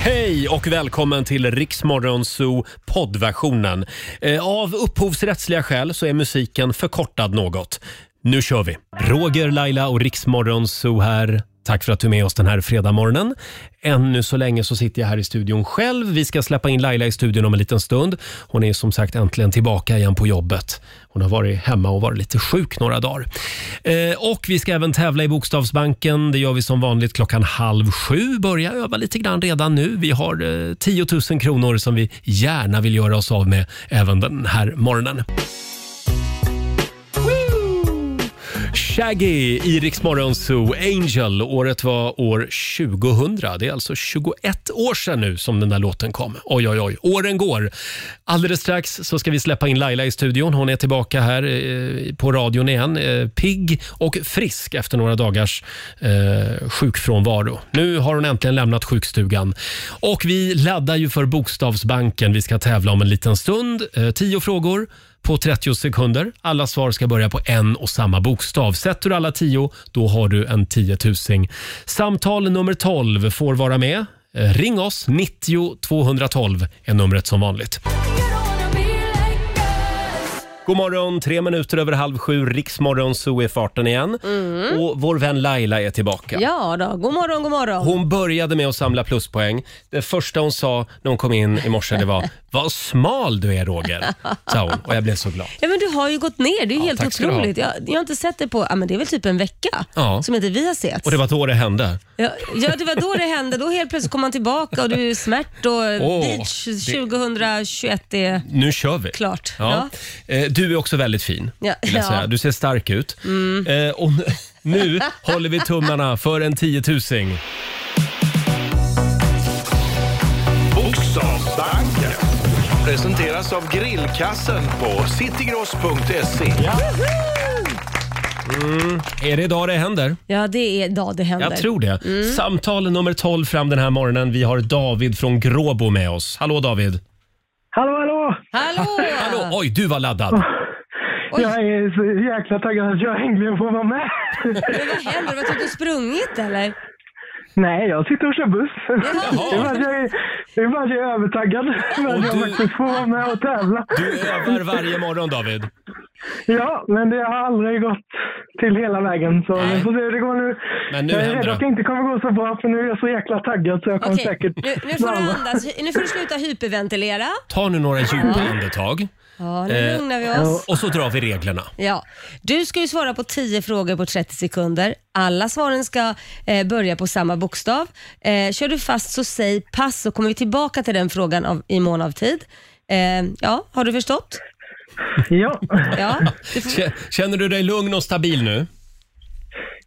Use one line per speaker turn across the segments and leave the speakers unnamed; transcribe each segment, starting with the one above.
Hej och välkommen till Riksmorgon Zoo poddversionen. Eh, Av upphovsrättsliga skäl så är musiken förkortad något. Nu kör vi! Roger, Laila och Riksmorgon Zoo här. Tack för att du är med oss den här fredagmorgonen. Ännu så länge så sitter jag här i studion själv. Vi ska släppa in Laila i studion om en liten stund. Hon är som sagt äntligen tillbaka igen på jobbet. Hon har varit hemma och varit lite sjuk några dagar. Eh, och vi ska även tävla i Bokstavsbanken. Det gör vi som vanligt klockan halv sju. Börja öva lite grann redan nu. Vi har eh, 10 000 kronor som vi gärna vill göra oss av med även den här morgonen. Shaggy i Rix Morgon Zoo, Angel. Året var år 2000. Det är alltså 21 år sedan nu som den där låten kom. Oj, oj, oj. Åren går. Alldeles strax så ska vi släppa in Laila i studion. Hon är tillbaka här eh, på radion igen. Eh, pigg och frisk efter några dagars eh, sjukfrånvaro. Nu har hon äntligen lämnat sjukstugan. Och vi laddar ju för Bokstavsbanken. Vi ska tävla om en liten stund. Eh, tio frågor på 30 sekunder. Alla svar ska börja på en och samma bokstav. Sätter du alla tio, då har du en tiotusing. Samtal nummer 12 får vara med. Eh, Ring oss, 90 212 är numret som vanligt. God morgon, tre minuter över halv sju. Riksmorgon, så är farten igen. Och vår vän Laila är tillbaka.
Ja då, god morgon, god morgon.
Hon började med att samla pluspoäng. Det första hon sa när hon kom in i morse det var “Vad smal du är Roger”, sa hon. Och jag blev så glad.
Ja, men du har ju gått ner, det är ju helt
tack ska du ha.
otroligt. Jag, jag har inte sett det på, ja, men det är väl typ en vecka
Ja.
som inte vi har sett.
Och det var då det hände.
ja, ja, det var då det hände. Då helt plötsligt kom man tillbaka och du är smärt och
Åh,
beach
det-
2021 är
Nu kör vi.
klart.
Ja. Eh, Du är också väldigt fin.
Ja.
Vill jag säga.
Ja. Mm.
Du ser stark ut. Eh, Och nu- nu håller vi tummarna för en tiotusing.
Bokstavsbanken presenteras av grillkassen på citygross.se.
Är det idag det händer?
Ja, det är idag det händer. Mm.
Jag tror det. Samtal nummer 12 fram den här morgonen. Vi har David från Gråbo med oss. Hallå David!
Hallå, hallå!
Hallå!
Hallå! Oj, du var laddad.
Jag är så jäkla taggad att jag äntligen får vara med.
Men vad händer? Vad tror du, sprungit eller?
Nej, jag sitter och kör buss. Det är bara
Jaha,
att jag är- det är bara att jag är övertaggad. Men
Och
att jag
du-
faktiskt får vara med och tävla.
du övar varje morgon David.
Ja, men det har aldrig gått till hela vägen. Så
Nej.
vi får se hur det går nu.
Men nu
jag är
händer
rädd
det.
att det inte kommer gå så bra för nu är jag så jäkla taggad så jag kommer
Okej,
säkert
nu, nu får du
ramla.
andas. Nu får du sluta hyperventilera.
Ta nu några djupa
Mm.
andetag
Ja, nu
Eh,
lugnar vi oss.
och så drar vi reglerna.
Ja. Du ska ju svara på 10 frågor på 30 sekunder. Alla svaren ska eh, börja på samma bokstav. Eh, kör du fast så säg pass så kommer vi tillbaka till den frågan av, i mån av tid. Eh, ja, har du förstått?
Ja,
Ja. Du får,
K- Känner du dig lugn och stabil nu?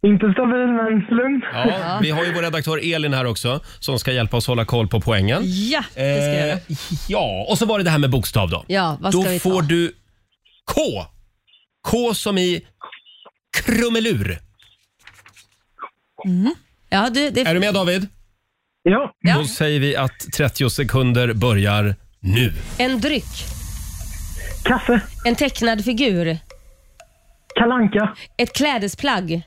inte stabil men lugn.
Ja, vi har ju vår redaktör Elin här också som ska hjälpa oss hålla koll på poängen.
ja, det ska jag göra.
Eh, ja, och så var det det här med bokstav då.
Ja, vad
då
ska vi ta?
får du K. K som i krumelur.
Ja, du, det,
Är du med David?
Ja,
Ja.
Då säger vi att 30 sekunder börjar nu.
en dryck,
kaffe,
en tecknad figur,
kalanka,
ett klädesplagg,
eh,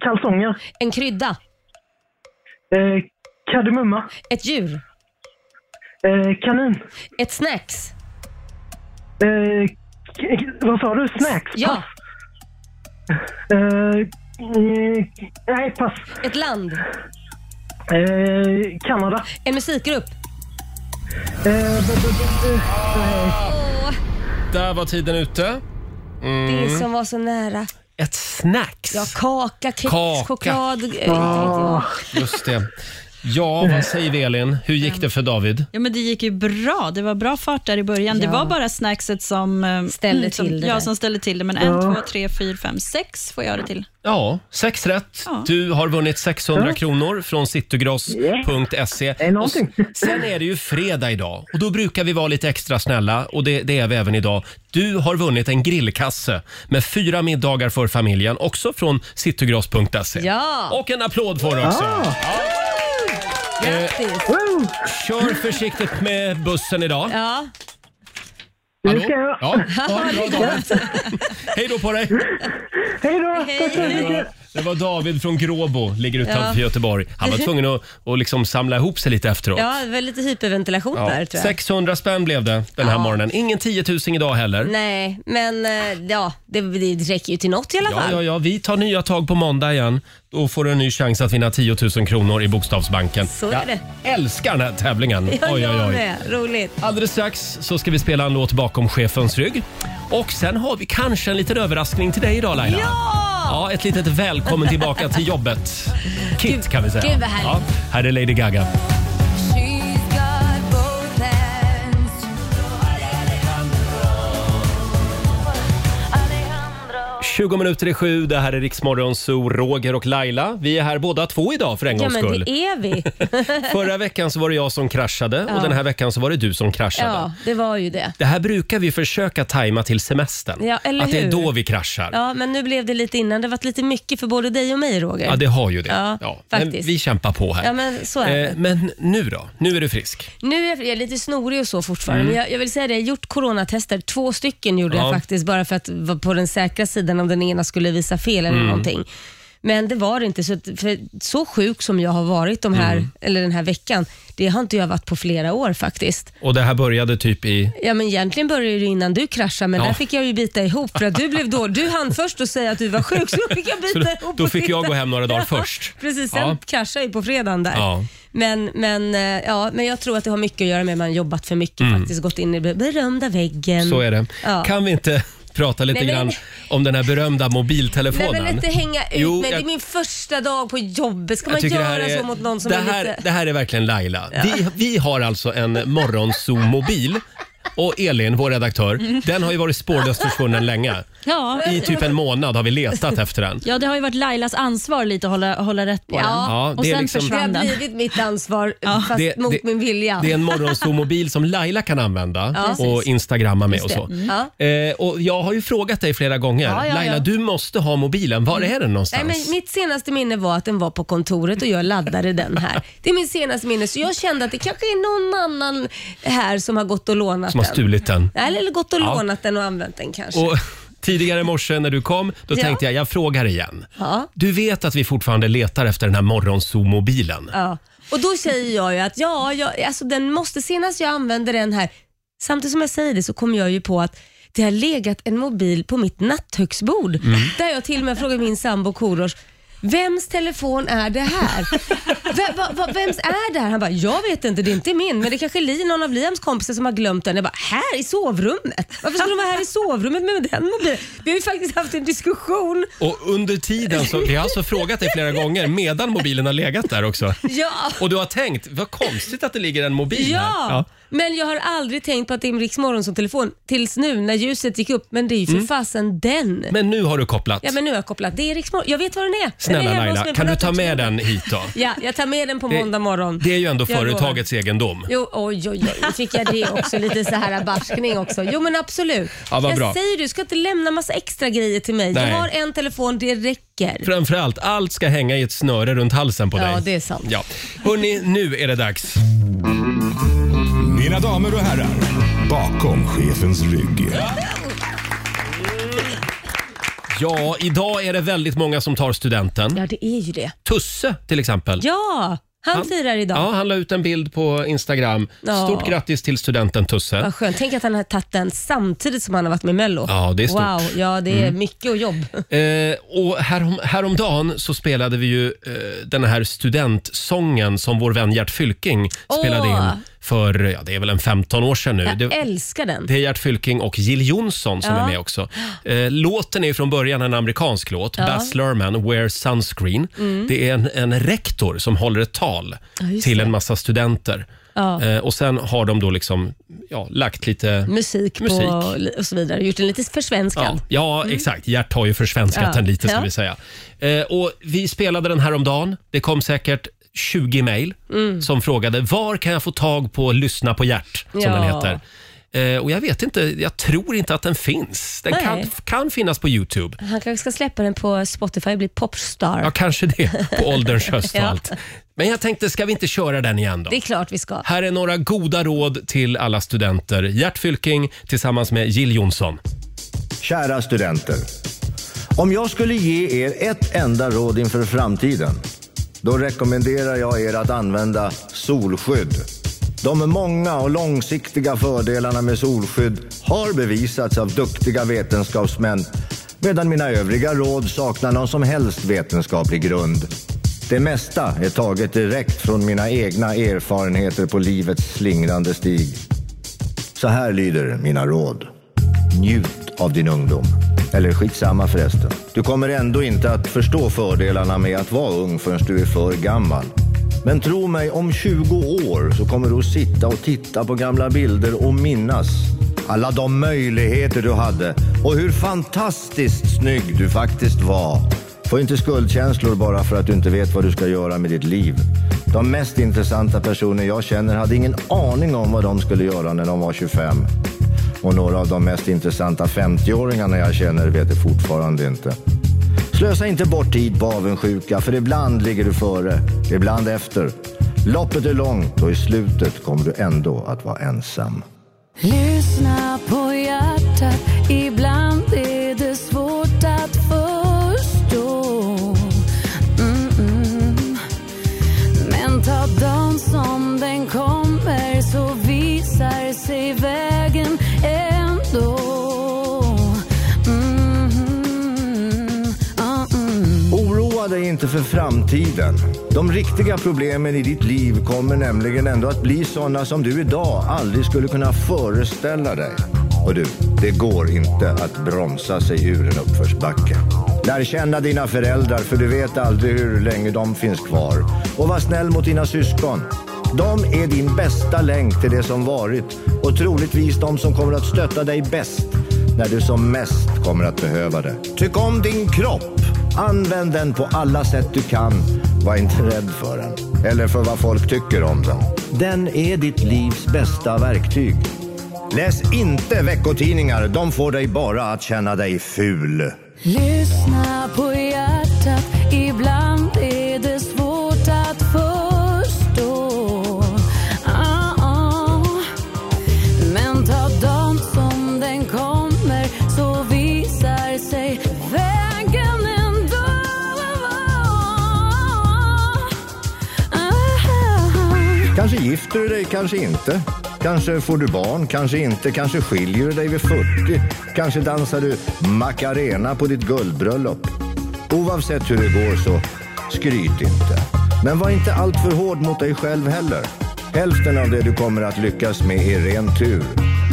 kalsonger,
en krydda,
eh, kardemumma,
ett djur,
eh, kanin.
ett snacks.
Eh, k- vad sa du? Snacks?
Ja,
Eh, eh, nej, pass.
ett land,
Eh, Kanada.
en musikgrupp.
Eh, b- b- b- eh,
Åh,
Där var tiden ute. Mm.
det som var så nära.
Ett snacks.
Ja, kaka, kex,
Kaka.
choklad. eh, inte vet jag.
Just det. Ja, vad säger vi Elin? Hur gick det för David?
Ja, men det gick ju bra. Det var bra fart där i början. Det
Ja.
var bara snackset som eh,
Ställde
som,
till det där.
Ja, som ställde till det. Men en, två, tre, fyra, fem, sex får jag det till.
Ja, sex rätt.
Ja.
Du har vunnit 600 kronor från citygross.se.
är någonting.
E. Och s- Sen är det ju fredag idag och då brukar vi vara lite extra snälla och det, det är vi även idag. Du har vunnit en grillkasse med fyra middagar för familjen, också från citygross.se.
Ja.
E. Och en applåd får du också. Eh,
Grattis.
woo!
Kör försiktigt med bussen idag.
Ja,
Det ska jag.
Ja, ha det bra David. Hej då på dig.
Hej då!
Hej.
Tack så mycket!
Det var David från Gråbo, ligger utanför
Ja.
Göteborg. Han var tvungen att, att liksom samla ihop sig lite efteråt.
Ja, det var lite hyperventilation
Ja.
där tror jag.
600 spänn blev det den här
Ja.
morgonen. Ingen 10 000 idag heller.
Nej, men eh, ja, det, det räcker ju till något i alla
Ja,
fall.
ja, ja. Vi tar nya tag på måndag igen. Då får du en ny chans att vinna 10 000 kronor i Bokstavsbanken.
Så är det.
Jag älskar den här tävlingen.
Ja, jag med. Roligt.
Alldeles strax så ska vi spela en låt bakom chefens rygg. Och sen har vi kanske en liten överraskning till dig idag Laila.
Ja!
Ja, ett litet välkommen tillbaka till jobbet. Kit kan vi säga.
gud vad härligt.
här är Lady Gaga.
Alejandro.
20 minuter i sju, det här är Riksmorgon Zoo, Roger och Laila. Vi är här båda två idag för en
Ja,
gångs
men
skull.
det är vi.
Förra veckan så var det jag som kraschade och den här veckan så var det du som kraschade.
Ja, det var ju det.
Det här brukar vi försöka tajma till semestern.
Ja, eller
att det är
hur?
då vi kraschar. Ja.
Ja, men nu blev det lite innan. Det har varit lite mycket för både dig och mig, Roger.
det har ju det.
Ja,
Men
faktiskt.
vi kämpar på här.
Ja, men så är det.
Eh, men nu då? Nu är du frisk.
Nu är jag lite snorig och så fortfarande, men jag, jag vill säga det, jag har gjort coronatester. Två stycken gjorde
Ja.
jag faktiskt, bara för att vara på den säkra sidan om den ena skulle visa fel eller någonting. Men det var det inte. Så, att- för så sjuk som jag har varit de här, eller den här veckan, det har inte jag varit på flera år faktiskt.
Och det här började typ i...
Ja, men egentligen började det innan du kraschade, men
Ja.
där fick jag ju bita ihop för att du blev då. Du hann först och säga att du var sjuk, så då fick jag
Så
bita
då-
ihop.
då
och
fick jag
titta.
gå hem några dagar först.
Precis, sen
Ja.
kraschade jag ju på fredagen där.
Ja.
Men, men, eh, ja, men jag tror att det har mycket att göra med att man har jobbat för mycket faktiskt, gått in i den berömda väggen.
Mm. Så är det.
Ja.
Kan vi inte prata lite
Nej, men-
grann om den här berömda
Nej
mobiltelefonen?
men inte hänga ut
Jo,
mig,
jag-
det är min första dag på jobbet. Ska man
Jag tycker
göra
det här är,
så mot någon som
det
är
här,
lite...
Det här är verkligen Laila. Vi, vi har alltså en morgonzoo-mobil och Elin, vår redaktör, den har ju varit spårlöst försvunnen länge.
Ja.
I typ en månad har vi letat efter den.
ja, det har ju varit Lailas ansvar lite att hålla, hålla rätt på
Ja.
den.
Ja,
Och
det är
sen
liksom-
Det har
försvann den.
blivit mitt ansvar, fast
Det-
mot
det-
min vilja.
Det är en morgonzoo-mobil som Laila kan använda
Ja.
och instagramma med och
Just det. Mm.
så.
Ja.
Eh, och jag har ju frågat dig flera gånger.
Ja, ja,
Laila,
ja.
du måste ha mobilen. Var är den
Nej,
någonstans?
men mitt senaste minne var att den var på kontoret och jag laddade den här. Det är min senaste minne, så jag kände att det kanske är någon annan här som har gått och lånat
Som har
den.
stulit den.
Nej, Eller gått och
Ja.
lånat den och använt den kanske.
Och tidigare i morse när du kom, då
Ja.
tänkte jag, jag frågar igen.
Ja.
Du vet att vi fortfarande letar efter den här morgonzoo-mobilen.
Ja. Och då säger jag ju att ja, jag, alltså den måste senast jag använder den här. Samtidigt som jag säger det så kommer jag ju på att det har legat en mobil på mitt natthögsbord. Där jag till och med frågar min sambo Korosh, Vems telefon är det här? V- va, va, vems är det här? Han bara, jag vet inte, det är inte min, men det kanske är Li- någon av Liams kompisar som har glömt den. Jag bara, här i sovrummet? Varför skulle de vara här i sovrummet med den mobilen? Vi har ju faktiskt haft en diskussion.
Och under tiden så, vi har alltså frågat dig flera gånger medan mobilen har legat där också.
Ja.
Och du har tänkt, vad konstigt att det ligger en mobil
Ja,
här. Ja.
men jag har aldrig tänkt på att det är Riks Morgonzoo-telefon tills nu när ljuset gick upp. Men det är ju för fasen den.
Mm. Men nu har du kopplat.
Ja, men nu har jag kopplat. Det är Riks Morgon- Jag vet var den är. Den är
Snälla
hemma hos
Laila,
mig på
kan du ta
natten.
med den hit då?
Ja, jag tar med den på måndag morgon.
Det är ju ändå
Jag lovar.
företagets egendom.
Jo, oj, oj, oj. Nu fick jag det också. Lite så här barskning också. Jo, men absolut.
Ja, vad
jag
bra.
säger du, ska inte lämna massa extra grejer till mig.
Nej.
Jag har en telefon, det räcker.
Framförallt, allt ska hänga i ett snöre runt halsen på dig.
Ja, det är sant.
Ja. Hörni, nu är det dags.
Mina damer och herrar, bakom chefens rygg.
Ja, idag är det väldigt många som tar studenten.
Ja, det är ju det.
Tusse till exempel.
Ja, han, firar idag.
Ja, han la ut en bild på Instagram.
Ja.
Stort grattis till studenten Tusse.
Vad skönt. Tänk att han har tagit den samtidigt som han har varit med i Mello.
Ja, det är stort. Mm.
Wow, ja det är mycket och jobb.
Eh, och härom, häromdagen så spelade vi ju eh, den här studentsången som vår vän Gert Fylking spelade
Åh.
in för, ja det är väl en 15 år sedan nu.
Jag
det,
älskar den.
det är Gert Fylking och Jill Johnson som
Ja.
är med också. Eh, låten är ju från början en amerikansk låt, Baz Luhrmann, Wear Sunscreen. Det är en, en rektor som håller ett tal
Mm. just
till
det.
en massa studenter.
Ja.
Eh, och sen har de då liksom, ja, lagt lite
Musik, på
Musik.
och så vidare. Gjort den lite försvenskad.
Ja, ja exakt. Gert har ju försvenskat
Mm. Ja.
den lite ska
Ja.
vi säga. Eh, och vi spelade den här om dagen. Det kom säkert 20 mejl
Mm.
som frågade var kan jag få tag på Lyssna på Gert, som
Ja.
den heter. Eh, och jag vet inte, jag tror inte att den finns. Den
Nej.
kan, kan finnas på Youtube.
Han kanske ska släppa den på Spotify och bli popstar.
Ja, kanske det. På ålderns höst och
Ja.
allt. Men jag tänkte, ska vi inte köra den igen då?
Det är klart vi ska.
Här är några goda råd till alla studenter. Gert Fylking tillsammans med Jill Johnson.
Kära studenter.
Om jag skulle ge er ett enda råd inför framtiden, då rekommenderar jag er att använda solskydd. De många och långsiktiga fördelarna med solskydd har bevisats av duktiga vetenskapsmän, medan mina övriga råd saknar någon som helst vetenskaplig grund. Det mesta är taget direkt från mina egna erfarenheter på livets slingrande stig. Så här lyder mina råd. Njut av din ungdom. Eller skitsamma förresten. Du kommer ändå inte att förstå fördelarna med att vara ung förrän du är för gammal. Men tro mig, om 20 år så kommer du att sitta och titta på gamla bilder och minnas alla de möjligheter du hade och hur fantastiskt snygg du faktiskt var. Få inte skuldkänslor bara för att du inte vet vad du ska göra med ditt liv. De mest intressanta personer jag känner hade ingen aning om vad de skulle göra när de var 25. Och några av de mest intressanta 50-åringarna jag känner vet det fortfarande inte. Slösa inte bort tid på avundsjuka, för ibland ligger du före, ibland efter. Loppet är långt och i slutet kommer du ändå att vara ensam.
Lyssna på hjärtat, ibland är det svårt att förstå. Mm-mm. Men ta dagen som den kommer så visar sig vägen ändå. Mm-mm. Ah, mm.
Oroa dig inte för framtiden. De riktiga problemen i ditt liv kommer nämligen ändå att bli sådana som du idag aldrig skulle kunna föreställa dig. Och du, det går inte att bromsa sig ur en uppförsbacke. Lär känna dina föräldrar för du vet aldrig hur länge de finns kvar. Och var snäll mot dina syskon. De är din bästa länk till det som varit och troligtvis de som kommer att stötta dig bäst när du som mest kommer att behöva det. Tyck om din kropp. Använd den på alla sätt du kan. Var inte rädd för den. Eller för vad folk tycker om den. Den är ditt livs bästa verktyg. Läs inte veckotidningar. De får dig bara att känna dig ful.
Lyssna på hjärtat, ibland är det svårt att förstå. Ah, ah. Men ta dagen som den kommer så visar sig vägen ändå. Ah.
Kanske gifter du dig, kanske inte. Kanske får du barn, kanske inte. Kanske skiljer du dig vid 40. Kanske dansar du Macarena på ditt guldbröllop. Oavsett hur det går så skryt inte. Men var inte alltför hård mot dig själv heller. Hälften av det du kommer att lyckas med är ren tur.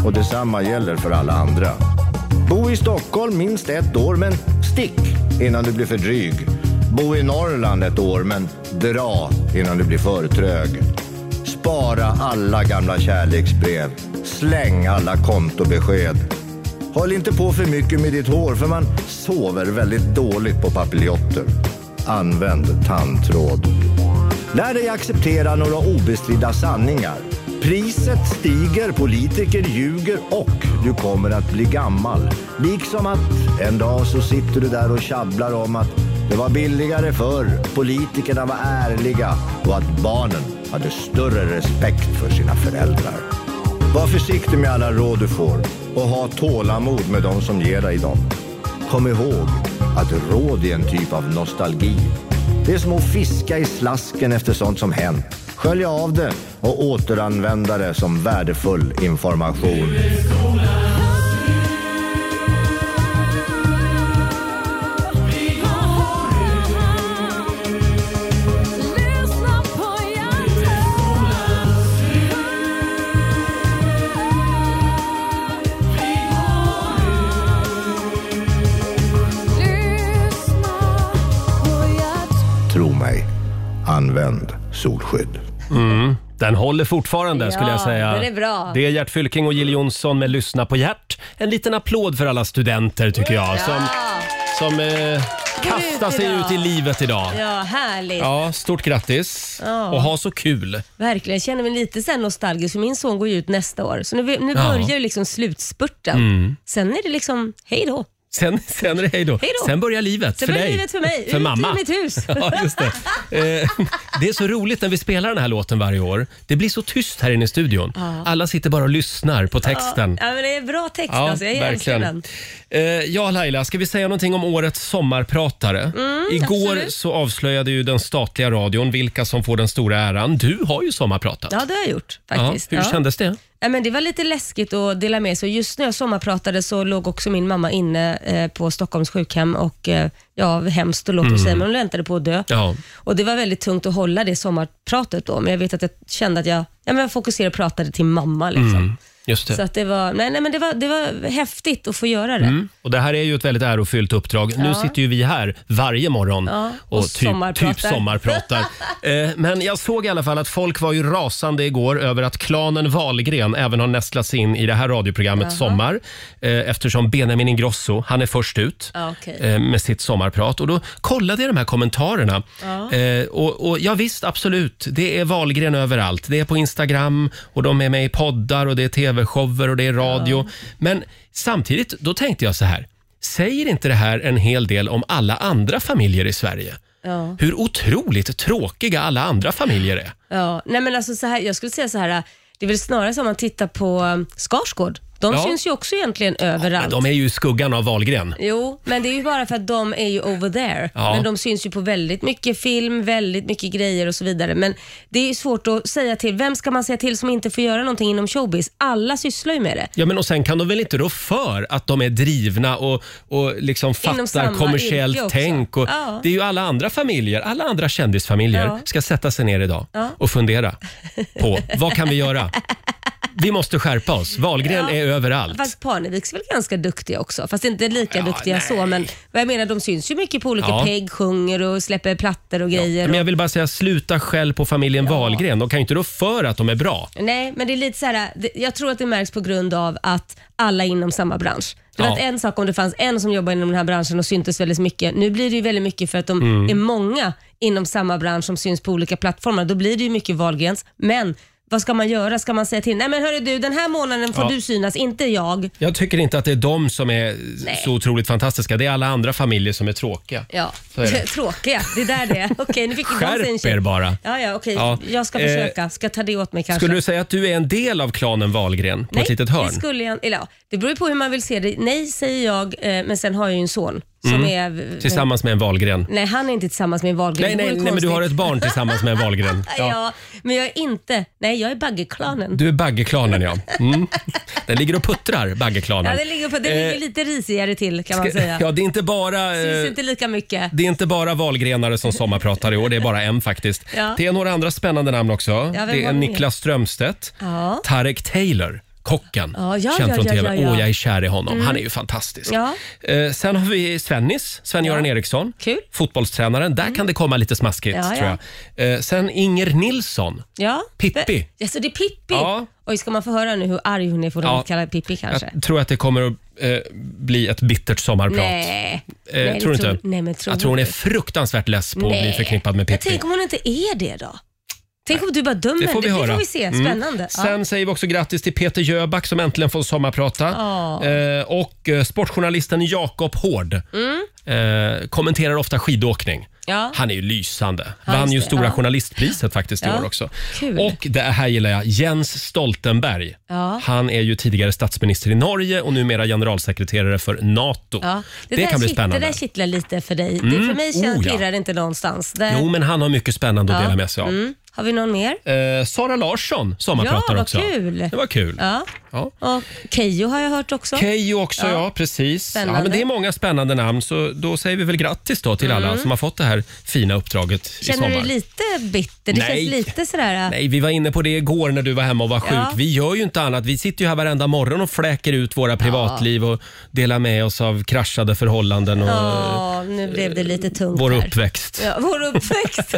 Och detsamma gäller för alla andra. Bo i Stockholm minst ett år, men stick innan du blir för dryg. Bo i Norrland ett år, men dra innan du blir för trög. Spara alla gamla kärleksbrev. Släng alla kontobesked. Håll inte på för mycket med ditt hår för man sover väldigt dåligt på papiljotter. Använd tandtråd. Lär dig acceptera några obestridda sanningar. Priset stiger, politiker ljuger och du kommer att bli gammal. Liksom att en dag så sitter du där och tjabblar om att det var billigare förr, politikerna var ärliga och att barnen hade större respekt för sina föräldrar. Var försiktig med alla råd du får och ha tålamod med de som ger dig dem. Kom ihåg att råd är en typ av nostalgi. Det är som att fiska i slasken efter sånt som hänt. Skölja av det och återanvända det som värdefull information.
Lyssna på hjärtat. Lyssna på hjärtat.
Tro mig, använd solskydd.
Den håller fortfarande skulle jag säga.
den är bra.
Det är Gert Fylking och Jill Johnson med Lyssna på Gert. En liten applåd för alla studenter tycker jag som, som eh, kastar sig
idag.
ut i livet idag.
Ja, härligt.
Ja, stort grattis
Ja.
och ha så kul.
Verkligen. Jag känner mig lite sen nostalgisk för min son går ju ut nästa år. Så nu, nu
Ja. Mm.
börjar ju liksom slutspurten. Sen är det liksom, hej då.
Sen, sen är det hej då.
Hej då.
Sen börjar livet
Sen
för
börjar
dig.
livet för mig.
För
Ut
mamma.
ur mitt hus.
ja, just det. Eh, det är så roligt när vi spelar den här låten varje år. Det blir så tyst här inne i studion. Alla sitter bara och lyssnar på texten.
Ja, men det är bra text alltså. Jag älskar den.
Eh, ja, Laila, ska vi säga någonting om årets sommarpratare?
Mm,
Igår
absolut.
så avslöjade ju den statliga radion vilka som får den stora äran. Du har ju sommarpratat.
Ja, det har jag gjort
Ja,
faktiskt.
hur
Ja.
kändes det?
Ja, men det var lite läskigt att dela med sig. Just när jag sommarpratade så låg också min mamma inne eh, på Stockholms sjukhem och eh, ja, hemskt det låter att säga, men hon väntade på att dö.
Mm. Ja.
Och det var väldigt tungt att hålla det sommarpratet då, men jag vet att jag kände att jag, ja, men jag fokuserade och pratade till mamma. Liksom.
Mm. Just
Så
det.
att det, var, nej, nej, men det, var, det var häftigt att få göra det.
Och det här är ju ett väldigt ärofyllt uppdrag. Nu sitter ju vi här varje morgon
Ja,
och,
och
typ,
sommarpratar.
typ sommarpratar. eh, men jag såg i alla fall att folk var ju rasande igår över att klanen Wahlgren även har nästlat sig in i det här radioprogrammet Sommar. Eh, eftersom Benjamin Ingrosso, han är först ut
Ja, okej.
eh, med sitt sommarprat. Och då kollade jag de här kommentarerna. Eh, och, och ja visst, absolut. Det är Wahlgren överallt. Det är på Instagram och de är med i poddar och det är tv-shower och det är radio. Men samtidigt, då tänkte jag så här. Säger inte det här en hel del om alla andra familjer i Sverige?
Ja.
Hur otroligt tråkiga alla andra familjer är.
Ja, nej men alltså så här, jag skulle säga så här, det är väl snarare som om man tittar på um, Skarsgård. De
Ja.
syns ju också egentligen
Men
överallt.
de är ju i skuggan av Wahlgren.
Jo, men det är ju bara för att de är ju over there.
Ja.
Men de syns ju på väldigt mycket film, väldigt mycket grejer och så vidare. Men det är ju svårt att säga till. Vem ska man säga till som inte får göra någonting inom showbiz? Alla sysslar ju med det.
Ja, men och sen kan de väl inte rå för att de är drivna och, och liksom fattar
samma
kommersiellt
yrke också.
tänk. Och
Ja.
Det är ju alla andra familjer, alla andra kändisfamiljer
Ja.
ska sätta sig ner idag och fundera på vad kan vi göra? Vi måste skärpa oss. Wahlgren
Ja.
är överallt.
Fast Parneviks är väl ganska duktiga också. Fast inte lika
Ja,
duktiga
nej.
så. Men vad jag menar, de syns ju mycket på olika
Ja.
pegg, sjunger och släpper plattor och grejer.
Men jag vill bara säga, sluta skäll på familjen Wahlgren. De kan ju inte rå för att de är bra.
Nej, men det är lite så här, det- jag tror att det märks på grund av att alla är inom samma bransch. För
Ja.
att en sak om det fanns en som jobbar inom den här branschen och syntes väldigt mycket. Nu blir det ju väldigt mycket för att de
Mm.
är många inom samma bransch som syns på olika plattformar. Då blir det ju mycket valgräns. Men vad ska man göra? Ska man säga till, nej men hörru du, den här månaden får
Ja.
du synas, inte jag.
Jag tycker inte att det är de som är
Nej.
så otroligt fantastiska. Det är alla andra familjer som är tråkiga.
Ja,
Så är det.
tråkiga. Det är där det är. Okej, nu fick vi
Skärp
dansa en tjej.
er bara.
Ja, ja, okej.
Ja.
Jag ska
Eh,
försöka. Ska ta det åt mig kanske.
Skulle du säga att du är en del av klanen Wahlgren på ett litet hörn?
Det, skulle jag, eller ja, det beror ju på hur man vill se det. Nej säger jag, eh, men sen har jag ju en son som är...
Mm. Tillsammans med en Wahlgren.
Nej, han är inte tillsammans med en valgren.
Nej,
Mm. Det
nej,
vore
nej, men du har ett
konstigt.
barn tillsammans med en Wahlgren.
Ja. men jag är inte... Nej, jag är Baggeklanen.
Du är Baggeklanen, ja. Mm. Den ligger och puttrar, Baggeklanen.
Ja, det ligger, på, det ligger
Eh,
lite risigare till kan man
ska-
säga.
Ja, det är inte bara...
Syns
eh,
inte lika mycket.
Det är inte bara valgrenare som sommarpratar i år, det är bara en faktiskt.
Ja.
Det är några andra spännande namn också.
vem
det är
var det?
Niklas Strömstedt,
Ja.
Tarek Taylor, kocken,
Ja, ja,
känd
ja,
från
ja,
TV.
ja, ja.
Åh, jag är kär i honom. Han är ju fantastisk.
Ja.
Eh, sen har vi Svennis, Sven-Göran Eriksson,
Kul. Mm.
fotbollstränaren. Där kan det komma lite smaskigt,
Ja, ja.
tror jag. Eh, sen Inger Nilsson.
Ja.
Pippi.
Ja, så det är Pippi.
Ja.
Oj, ska man få höra nu hur arg hon är för att
Ja.
hon kallar Pippi kanske?
Jag tror att det kommer att eh, bli ett bittert sommarprat.
Nej.
Eh,
nej,
tror du
det
inte?
Nej, men tror
jag tror hon är
inte.
fruktansvärt less på att bli
Nej.
förknippad med
Men
Pippi.
tänk om hon inte är det då? Tänk om du bara dömer
Det får vi
henne.
höra. Mm.
Det får vi se. Spännande. Ja.
Sen säger vi också grattis till Peter Jöback som äntligen får sommarprata. Eh, och eh, sportjournalisten Jakob Hård eh, kommenterar ofta skidåkning.
Mm. Ja.
Han är ju lysande.
Ja,
Vann
just
ju
det.
Stora
Ja.
journalistpriset faktiskt i
Ja.
år också.
Kul.
Och det här gillar jag. Jens Stoltenberg.
Ja.
Han är ju tidigare statsminister i Norge och numera generalsekreterare för NATO.
Ja,
Det,
där
kan bli
kitt-
spännande.
Det där kittlar lite för dig. Det, för mig känns,
Oh, ja.
pirrar det inte någonstans. Där,
Jo, men han har mycket spännande att
Ja.
dela med sig av.
mm. Har vi någon mer?
Eh, Sara Larsson sommarpratar
Ja, vad
också.
kul.
Det var kul.
Ja.
Ja.
Och Keyyo har jag hört också.
Keyyo också, ja.
Ja.
precis. Ja,
Spännande.
men det är många spännande namn, så då säger vi väl grattis då till alla som har fått det här fina uppdraget i
Mm.
sommar.
Känner du dig lite bitter? Det
Nej.
känns lite sådär... äh,
Nej, vi var inne på det igår när du var hemma och var sjuk.
Ja.
Vi gör ju inte annat. Vi sitter ju här varenda morgon och fläker ut våra privatliv och delar med oss av kraschade förhållanden och
Ja, nu blev det lite tungt
vår
här.
uppväxt.
Ja, vår uppväxt.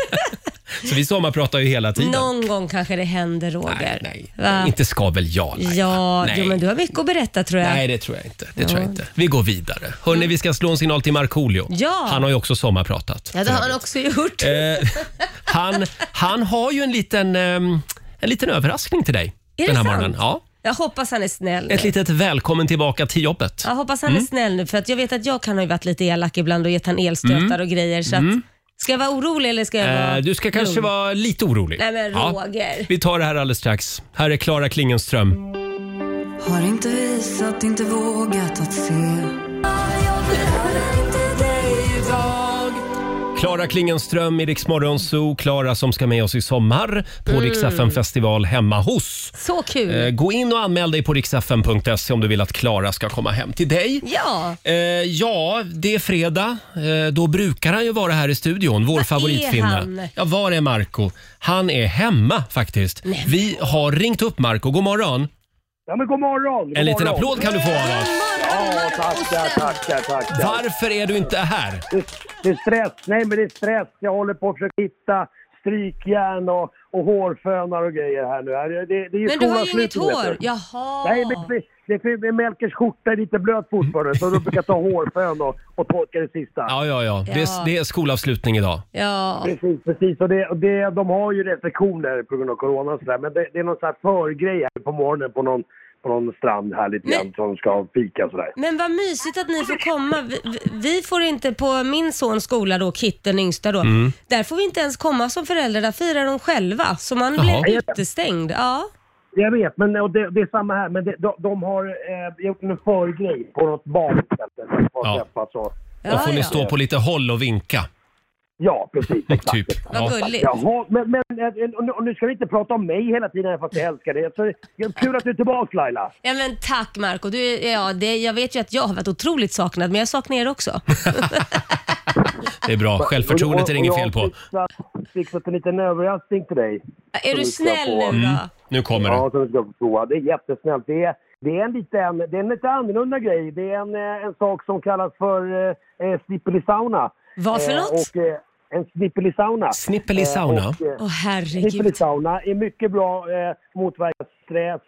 Så vi sommarpratar ju hela tiden.
någon gång kanske det händer,
nej,
Roger.
nej.
Va?
Inte ska väl jag? Laila?
Ja,
nej.
jo, men du har mycket att berätta tror jag.
Nej, det tror jag inte. Det tror jag inte. Vi går vidare. Hörni, vi ska slå en signal till Markoolio.
Mm. Ja.
Han har ju också sommarpratat.
Ja, det har han också gjort.
Eh, han, han har ju en liten, ehm, en liten överraskning till dig
Är
den här
det sant?
morgonen. Ja.
Ja, Jag hoppas han är snäll.
Ett litet välkommen tillbaka till jobbet.
Jag hoppas
Mm.
han är snäll nu för att jag vet att jag kan ha varit lite elak ibland och gett han elstötar och grejer. Så att, ska jag vara orolig eller ska jag vara...
Mm. Eh, du ska kanske
lugn?
vara lite orolig.
Nej men
Ja.
Roger.
Vi tar det här alldeles strax. Här är Klara Klingenström.
Har inte visat, inte vågat att se.
Klara Klingenström i Rix Morgon Zoo. Klara som ska med oss i sommar på mm. Rix FM festival hemma hos.
Så kul.
Eh, Gå in och anmäl dig på riksfn.se E om du vill att Klara ska komma hem till dig.
Ja.
Eh, ja, det är fredag. Eh, då brukar han ju vara här i studion, vår
Var är
favoritfinne.
han?
Ja, var är Marco? Han är hemma faktiskt. Vi har ringt upp Marco. God morgon.
Ja, men god morgon!
En liten applåd kan du få av oss.
Ja, tackar, tackar, tackar.
Varför är du inte här?
Det, det är stress. Nej, men det är stress. Jag håller på att försöka hitta strykjärn och, och hårfönar och grejer här nu. Det, det, det är ju
Men du har ju inget
skolavslutning, vet du.
hår. Jaha.
Nej, men det, det, det, det Melkers skjorta är lite blöt fortfarande så då brukar jag ta hårfön och, och torka det sista.
Ja, ja, ja. Det är,
Ja.
det är skolavslutning idag.
Ja.
Precis, precis. Och det, och det, de har ju restriktioner på grund av corona och sådär. Men det, det är någon sån här förgrej här på morgonen på någon, på någon strand här lite grann
Men-
som ska fika och sådär.
Men vad mysigt att ni får komma. Vi, vi- vi får inte på min sons skola då, Kit den yngsta då.
Mm.
Där får vi inte ens komma som föräldrar. Där firar de själva. Så man
Jaha.
blir utestängd. Ja.
Jag vet, men och det, det är samma här. Men det, de, de har eh, gjort en förgrej på något barnställe som har
Ja.
träffats och...
ja,
Då får ni
ja.
stå på lite håll och vinka. Mm,
Ja, precis. exakt.
Typ.
Vad
Ja.
gulligt.
Jaha, men, men eh, och nu, och nu ska vi inte prata om mig hela tiden fast jag älskar dig. Så, det är kul att du är tillbaka Laila!
Ja, men tack Marco. Du, är- ja, det, jag vet ju att jag har varit otroligt saknad, men jag saknar er också.
Det är bra. Självförtroendet är det inget fel
Jag
på.
har fixat- fixat en liten överraskning till dig.
är du
vi ska
snäll
få-
Mm.
nu då?
Nu kommer det.
Ja, som du ska få prova. Det är jättesnällt. Det är, det är, en, liten, det är en lite annorlunda grej. Det är en, eh, en sak som kallas för eh, eh, snippelisauna.
Vad för
Eh,
något?
Och, eh, en snippelisauna.
Snippelisauna.
Eh, och, eh,
Åh herregud.
Snippelisauna är mycket bra, eh, motverkar stress,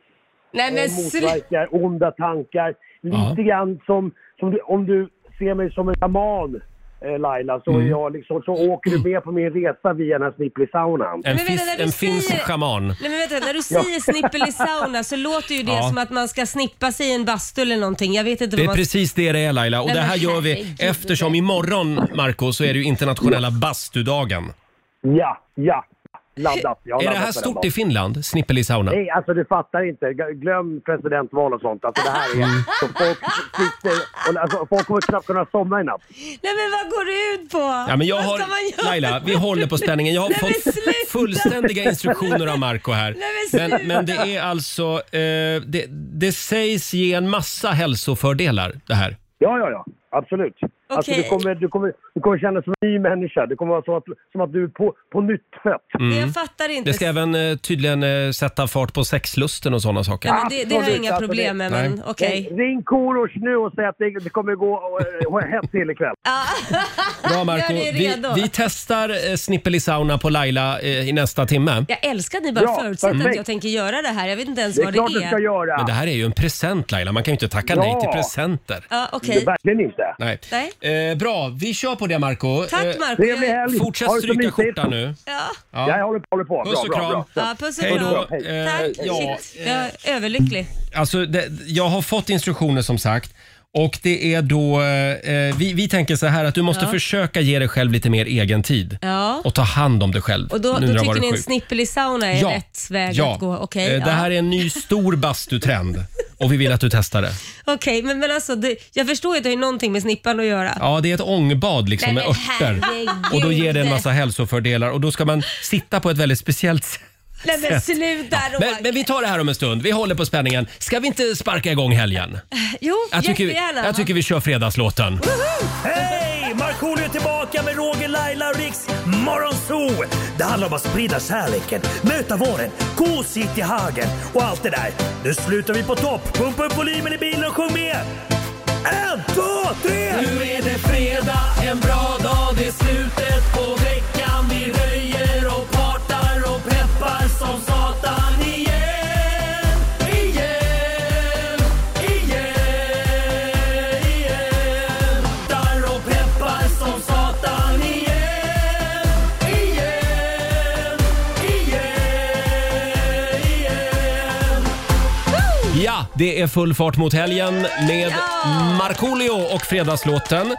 Nej men
eh,
sl-
motverkar onda tankar. Lite grann som, som du, om du ser mig som en shaman. eh, Laila,
Mm.
så, är jag liksom, så åker du med på min resa via den här snipplisaunan.
En,
Men vänta,
fis,
när du
en finsk
säger-
schaman.
Nej, men vänta, när du säger snippel i sauna så låter ju det
Ja.
som att man ska snippa sig i en bastu eller någonting. Jag vet inte
Det
vad
är
man
precis det det är Laila. Och
Nej,
det
men
här gör vi
herregud.
eftersom imorgon, Marco, så är det ju internationella bastudagen.
Ja, ja. Laddat. Jag har
Är det
laddat
här
för den
stort
dagen.
i Finland? Snippelisauna?
Nej, alltså du fattar inte. G- Glöm presidentval och sånt. Alltså det här är...
Mm.
Så folk sitter... Och, alltså, folk kommer knappt kunna somna i natt.
Nej men vad går det ut på?
Ja, men jag
vad
har,
ska man göra?
Laila, vi håller på spänningen. Jag har
Nej, men
fått
sluta!
fullständiga instruktioner av Marco här.
Nej, men
Men,
sluta!
men det är alltså, eh, det, det sägs ge en massa hälsofördelar det här.
Ja, ja, ja. Absolut. Alltså, du,
Okej.
kommer, du, kommer, du kommer känna som en ny människa. Det kommer vara som att, som att du är på, på nytt fött.
Mm.
Men Jag fattar inte.
Det ska även eh, tydligen eh, sätta fart på sexlusten och sådana saker.
ja, men det, det har jag
Absolut,
inga
alltså,
problem med
Nej.
men okej.
Ring Korosh nu och säg att det, det kommer gå och, och, hett till ikväll.
Alltså,
Bra Marco,
Gör dig
vi,
redo.
vi testar eh, snippelissauna på Laila eh, i nästa timme.
Jag älskar att ni bara
Bra,
förutsätter att
perfekt.
jag tänker göra det här. Jag vet inte ens
Det är
vad det
klart du ska
är.
göra.
Men det här är ju en present Laila, man kan ju inte tacka
Ja.
nej till presenter.
Ja, okej.
Det- Verkligen inte.
Nej.
Nej.
Eh, bra, vi kör på det Marco. Eh,
Tack Marco.
Trevlig
Jag,
helg!
Fortsätt
Ha det så
stryka
mysigt.
skjortan nu.
ja.
Ja, jag håller på. Håller på.
Puss
Bra,
och
bra, bra.
kram.
Ja, puss och
Hej
kram.
då. Eh,
Tack.
ja,
Shit, jag är överlycklig.
Alltså, det, jag har fått instruktioner som sagt. Och det är då, eh, vi, vi tänker så här att du måste försöka ge dig själv lite mer egen tid
Ja.
och ta hand om dig själv.
Och
nu
då, då
när du har
tycker
varit
ni en
sjuk.
snippel i sauna är rätt väg
ja.
att gå? Okej,
Eh,
ja.
Det här är en ny stor bastutrend och vi vill att du testar det.
Okej, men, men alltså det, jag förstår ju att det har ju någonting med snippan att göra.
Ja, det är ett ångbad liksom med
Nej, men
örter.
herregud.
Och då ger det en massa hälsofördelar och då ska man sitta på ett väldigt speciellt sätt.
Nej men sluta Roger.
Men, men vi tar det här om en stund. Vi håller på spänningen. Ska vi inte sparka igång helgen?
Jo,
Jag tycker, vi,
jättegärna.
jag tycker vi kör fredagslåten.
Hej! Markoolio är tillbaka med Roger, Laila och Riks Morgonzoo! Det handlar om att sprida kärleken, möta våren, gosigt i hagen och allt det där. Nu slutar vi på topp! Pumpa upp volymen i bilen och sjung med! En, två, tre! Nu är det fredag, en bra dag, det är slutet på veckan. Vi röjer och partar och peppar som satan igen, igen, igen, igen. Partar och peppar som satan igen, igen, igen, igen.
Ja, det är full fart mot helgen med Markoolio och Fredagslåten.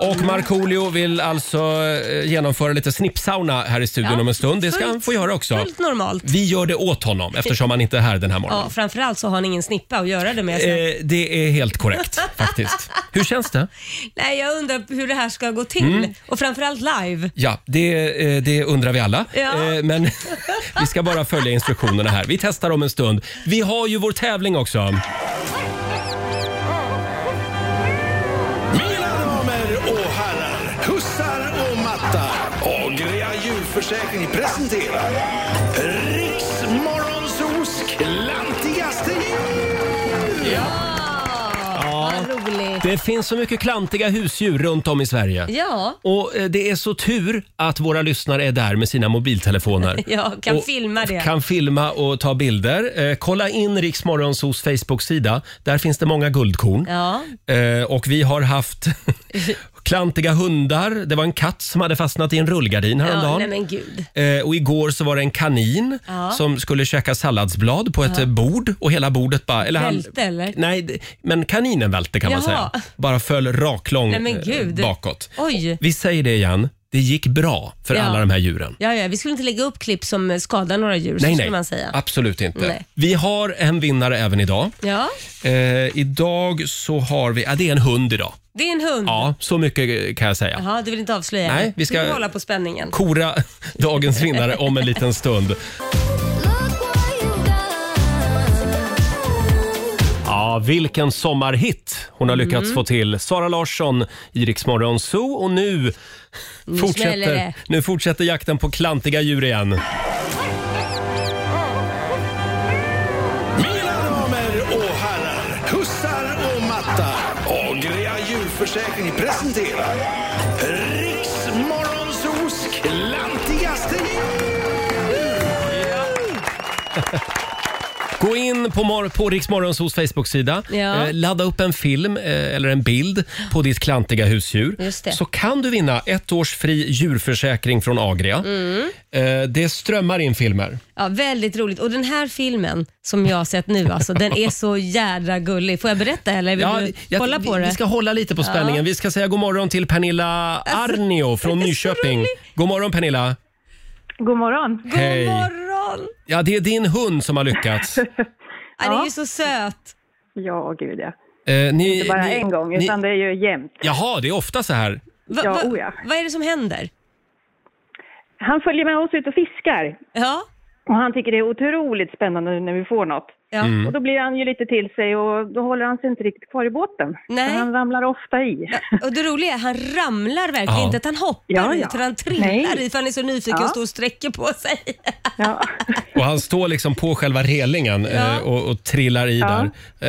Och Markoolio vill alltså eh, genomföra lite snippsauna här i studion
Ja,
om en stund. Det ska
fullt-
han få göra också.
Fullt normalt.
Vi gör det åt honom eftersom han inte är här den här morgonen.
Ja, framförallt så har han ingen snippa att göra det med. sen.
Eh, det är helt korrekt faktiskt. Hur känns det?
Nej, jag undrar hur det här ska gå till.
Mm.
Och framförallt live.
Ja, det, eh, det undrar vi alla.
Ja.
Eh, Men vi ska bara följa instruktionerna här. Vi testar om en stund. Vi har ju vår tävling också.
Mina damer och herrar, hussar och mattar. Agria djurförsäkring presenterar Riksmorgonsos klantigaste djur.
Ja.
Vad roligt.
Det finns så mycket klantiga husdjur runt om i Sverige.
Ja.
Och eh, det är så tur att våra lyssnare är där med sina mobiltelefoner.
Ja, kan
Och
filma det.
Kan filma och ta bilder. Eh, kolla in Riksmorgonsos Facebook-sida. Där finns det många guldkorn.
Ja.
Eh, och vi har haft klantiga hundar. Det var en katt som hade fastnat i en rullgardin
ja,
häromdagen.
nej men gud.
Eh, och igår så var det en kanin
Ja.
som skulle käka salladsblad på ett
Ja.
eh, bord och hela bordet bara... Eller han,
Välte eller?
nej, d- men kaninen välte kan man
Jaha.
säga. Bara föll raklång
Nej, men
eh,
gud.
bakåt.
Oj.
Vi säger det igen, det gick bra för
Ja.
alla de här djuren.
Ja, ja, vi skulle inte lägga upp klipp som eh, skadar några djur, så
nej,
skulle
nej.
man säga.
Absolut inte.
Nej.
Vi har en vinnare även idag.
Ja,
Eh, idag så har vi... Ja, det är en hund idag.
det är en hund.
Ja, så mycket eh, kan jag säga.
Jaha, du vill inte avslöja?
Nej, vi ska-
Du hålla på spänningen.
Kora dagens vinnare om en liten stund. Ja, vilken sommarhit hon har lyckats
Mm.
få till. Sara Larsson i Rix Morgon Zoo och nu,
Nu smäller
fortsätter,
det.
nu fortsätter jakten på klantiga djur igen.
Mina damer och herrar, hussar och mattar. Agria djurförsäkring presenterar Riksmorgonsos klantigaste djur.
Gå in på, mor- på Rix Morgonzoos Facebook-sida.
Ja.
Eh, ladda upp en film eh, eller en bild på ditt klantiga husdjur.
Just det.
Så kan du vinna ett års fri djurförsäkring från Agria.
Mm.
Eh, det strömmar in filmer.
Ja, väldigt roligt. Och den här filmen som jag har sett nu, alltså, den är så jädra gullig. Får jag berätta eller vill du
jag-
kolla på
vi,
det?
vi ska hålla lite på
Ja. Alltså,
spänningen. Vi ska säga god morgon till Pernilla Arnio från Nyköping. God morgon Pernilla.
God morgon.
God Hej.
morgon.
Ja, det är din hund som har lyckats. Eh,
Ja. Den är ju så söt.
Ja, gud ja.
Eh, ni,
Inte bara
ni,
en gång,
ni-
utan det är ju jämt.
Jaha, det är ofta så här.
Va,
Ja,
va,
oh ja.
Vad är det som händer?
Han följer med oss ut och fiskar.
Ja.
Och han tycker det är otroligt spännande när vi får något.
Ja. Mm.
Och då blir han ju lite till sig och då håller han sig inte riktigt kvar i båten.
Nej.
Så han ramlar ofta i.
Och det roliga är han ramlar verkligen
Ja.
inte, att han hoppar
Ja,
ut,
ja.
utan han trillar
Nej.
i för han är så nyfiken
Ja.
och står och sträcker på sig.
Och han står liksom på själva relingen eh, och, och trillar i
Ja.
där.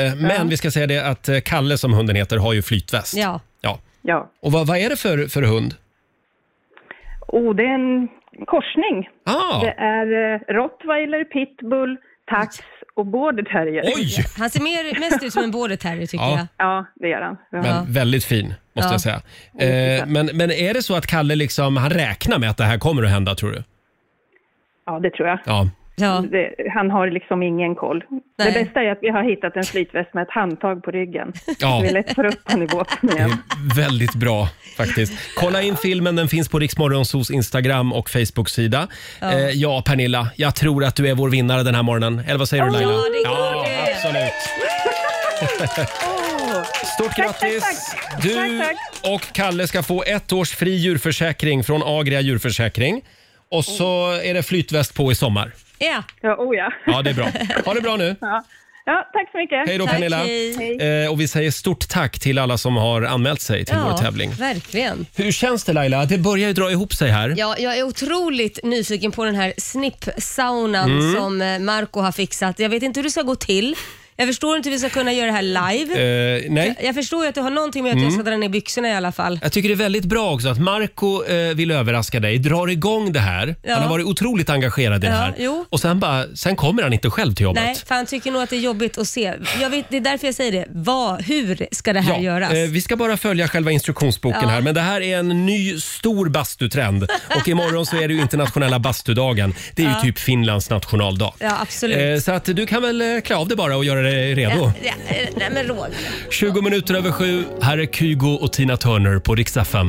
Eh, men
Ja.
vi ska säga det att eh, Kalle som hunden heter har ju flytväst.
Ja.
ja.
Ja.
Och vad, vad är det för, för hund?
Och Oh, det är en korsning.
Ah.
Det är eh, rottweiler, pitbull, tax och border terrier.
Oj!
Han ser mer, mest ut som en border terrier tycker
Ja.
jag.
Ja, det gör han. Ja.
Men väldigt fin måste
Ja.
jag säga. Eh, men, men är det så att Kalle liksom, han räknar med att det här kommer att hända tror du?
Ja, det tror jag.
Ja.
Det, han har liksom ingen koll. Det bästa är att vi har hittat en flytväst med ett handtag på ryggen.
Ja.
Så vi lätt får upp honom i båten igen.
Väldigt bra faktiskt. Kolla in filmen, den finns på Riksmorgonsos Instagram och Facebook-sida.
Ja.
Ja. Eh, ja, Pernilla, jag tror att du är vår vinnare den här morgonen. Eller vad säger du Laila?
Ja, det är klart
ja,
det är.
absolut. Stort grattis! Du och Kalle ska få ett års fri djurförsäkring från Agria djurförsäkring. Och så är det flytväst på i sommar.
Ja.
Ja, oh ja.
Ja, det är bra. Ha det bra nu.
Ja. ja, tack så mycket.
Hej då Pernilla. Eh, och vi säger stort tack till alla som har anmält sig till vår tävling.
verkligen.
Hur känns det Laila? Det börjar ju dra ihop sig här.
Ja, jag är otroligt nyfiken på den här snippsaunan
Mm.
som eh, Marco har fixat. Jag vet inte hur det ska gå till. Jag förstår inte hur vi ska kunna göra det här live.
Eh, nej.
Jag, jag förstår ju att du har någonting med att jag
Mm.
ska dra ner byxorna i alla fall.
Jag tycker det är väldigt bra också att Marco eh, vill överraska dig, drar igång det här.
Ja.
Han har varit otroligt engagerad i det
Ja,
här.
jo.
Och sen, bara, sen kommer han inte själv till jobbet.
Nej, för han tycker nog att det är jobbigt att se. Jag vet, det är därför jag säger det. Vad, hur ska det här göras?
Eh, vi ska bara följa själva instruktionsboken
Ja.
här, men det här är en ny stor bastutrend. Och imorgon så är det ju internationella bastudagen. Det är
Ja.
ju typ Finlands nationaldag.
Ja, absolut.
Eh, Så att du kan väl eh, klä av dig bara och göra dig redo.
Ja, ja, eh, nej men Roger.
20 minuter över sju. Här är Kygo och Tina Turner på Rix FM.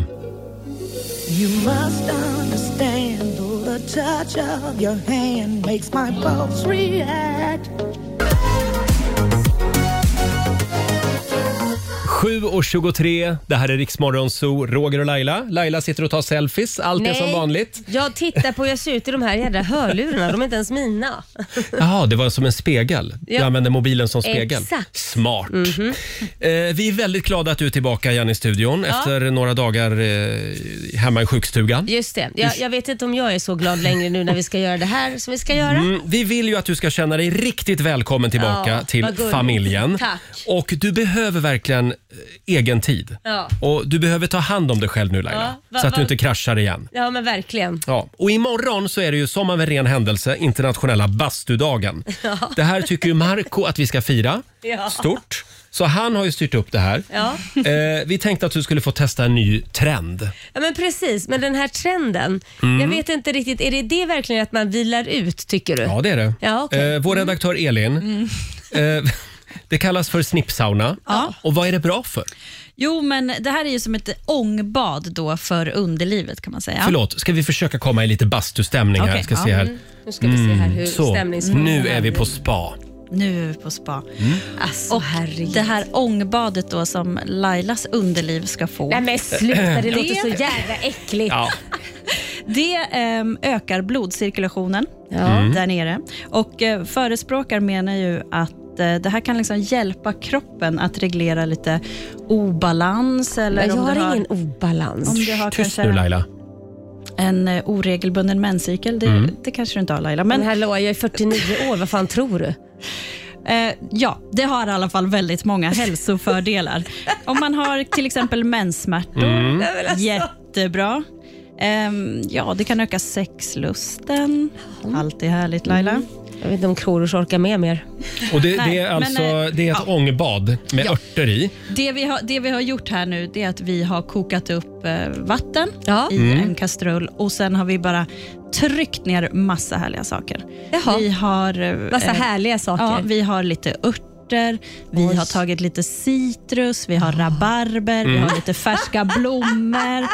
You must understand the touch of your hand makes my pulse react.
7.23, det här är Riksmorgon Zoo, Roger och Laila. Laila sitter och tar selfies, allt är
Nej,
som vanligt.
Jag tittar på hur jag ser ut i de här jädra hörlurarna. De är inte ens mina.
Jaha, det var som en spegel. Du
Ja.
använde mobilen som spegel.
Exakt. Mhm.
Smart. Eh, vi är väldigt glada att du är tillbaka igen i studion
Ja.
efter några dagar eh, hemma i sjukstugan.
Just det. Jag, jag vet inte om jag är så glad längre nu när vi ska göra det här som vi ska göra.
Mm, vi vill ju att du ska känna dig riktigt välkommen tillbaka
Ja,
till
vad gulligt.
familjen.
Tack.
Och du behöver verkligen eh, egen tid.
Ja.
Och du behöver ta hand om dig själv nu Laila,
Ja, va-
så att du
va-
inte kraschar igen.
Ja, men verkligen.
Ja, och imorgon så är det ju som av en ren händelse internationella bastudagen.
Ja.
Det här tycker ju Marco att vi ska fira
Ja.
stort. Så han har ju styrt upp det här.
Ja.
Eh, vi tänkte att du skulle få testa en ny trend.
ja, men precis. Men den här trenden.
Mm.
Jag vet inte riktigt. Är det det verkligen att man vilar ut, tycker du?
Ja, det är det.
Ja, okej.
eh, vår redaktör Elin,
Mm.
eh, det kallas för snippsauna.
Ja.
Och vad är det bra för?
Jo, men det här är ju som ett ångbad då för underlivet kan man säga.
Förlåt, ska vi försöka komma i lite bastustämning här?
Okej,
Ska
ja.
se här.
Mm. Nu ska vi se här hur
Mm, så,
stämningsfrågan
Nu
här
är vi
blir.
på spa.
Nu är vi på spa.
Mm.
Alltså,
och det här ångbadet då som Lailas underliv ska få.
Nej men sluta, det låter så jävla äckligt.
Ja.
Det ehm, ökar blodcirkulationen
Ja. Mm.
där nere. Och eh, förespråkar menar ju att eh, det här kan liksom hjälpa kroppen att reglera lite obalans. Eller
Men jag
om du
har
har
ingen obalans.
Om du har
Tyst
kanske
nu Laila.
en eh, oregelbunden menscykel, det,
Mm.
det kanske du inte har Laila. Men,
Men hallå, jag är 49 år, vad fan tror du?
Eh, ja, det har i alla fall väldigt många hälsofördelar. Om man har till exempel menssmärtor,
Mm. Nej,
alltså-
jättebra. Ehm, ja, det kan öka sexlusten. Allt är härligt Laila.
Jag vet inte om Korosh orkar med mer.
Och det,
Nej,
det är
men,
alltså
eh,
det är ett ångbad med
Ja.
örter i.
Det vi, har, det vi har gjort här nu det är att vi har kokat upp eh, vatten i
Mm.
en kastrull och sen har vi bara tryckt ner massa härliga saker. Vi har... eh,
Massa härliga saker.
Ja, vi har lite örter, vi har tagit lite citrus, vi har rabarber, vi
Mm.
har lite färska blommor.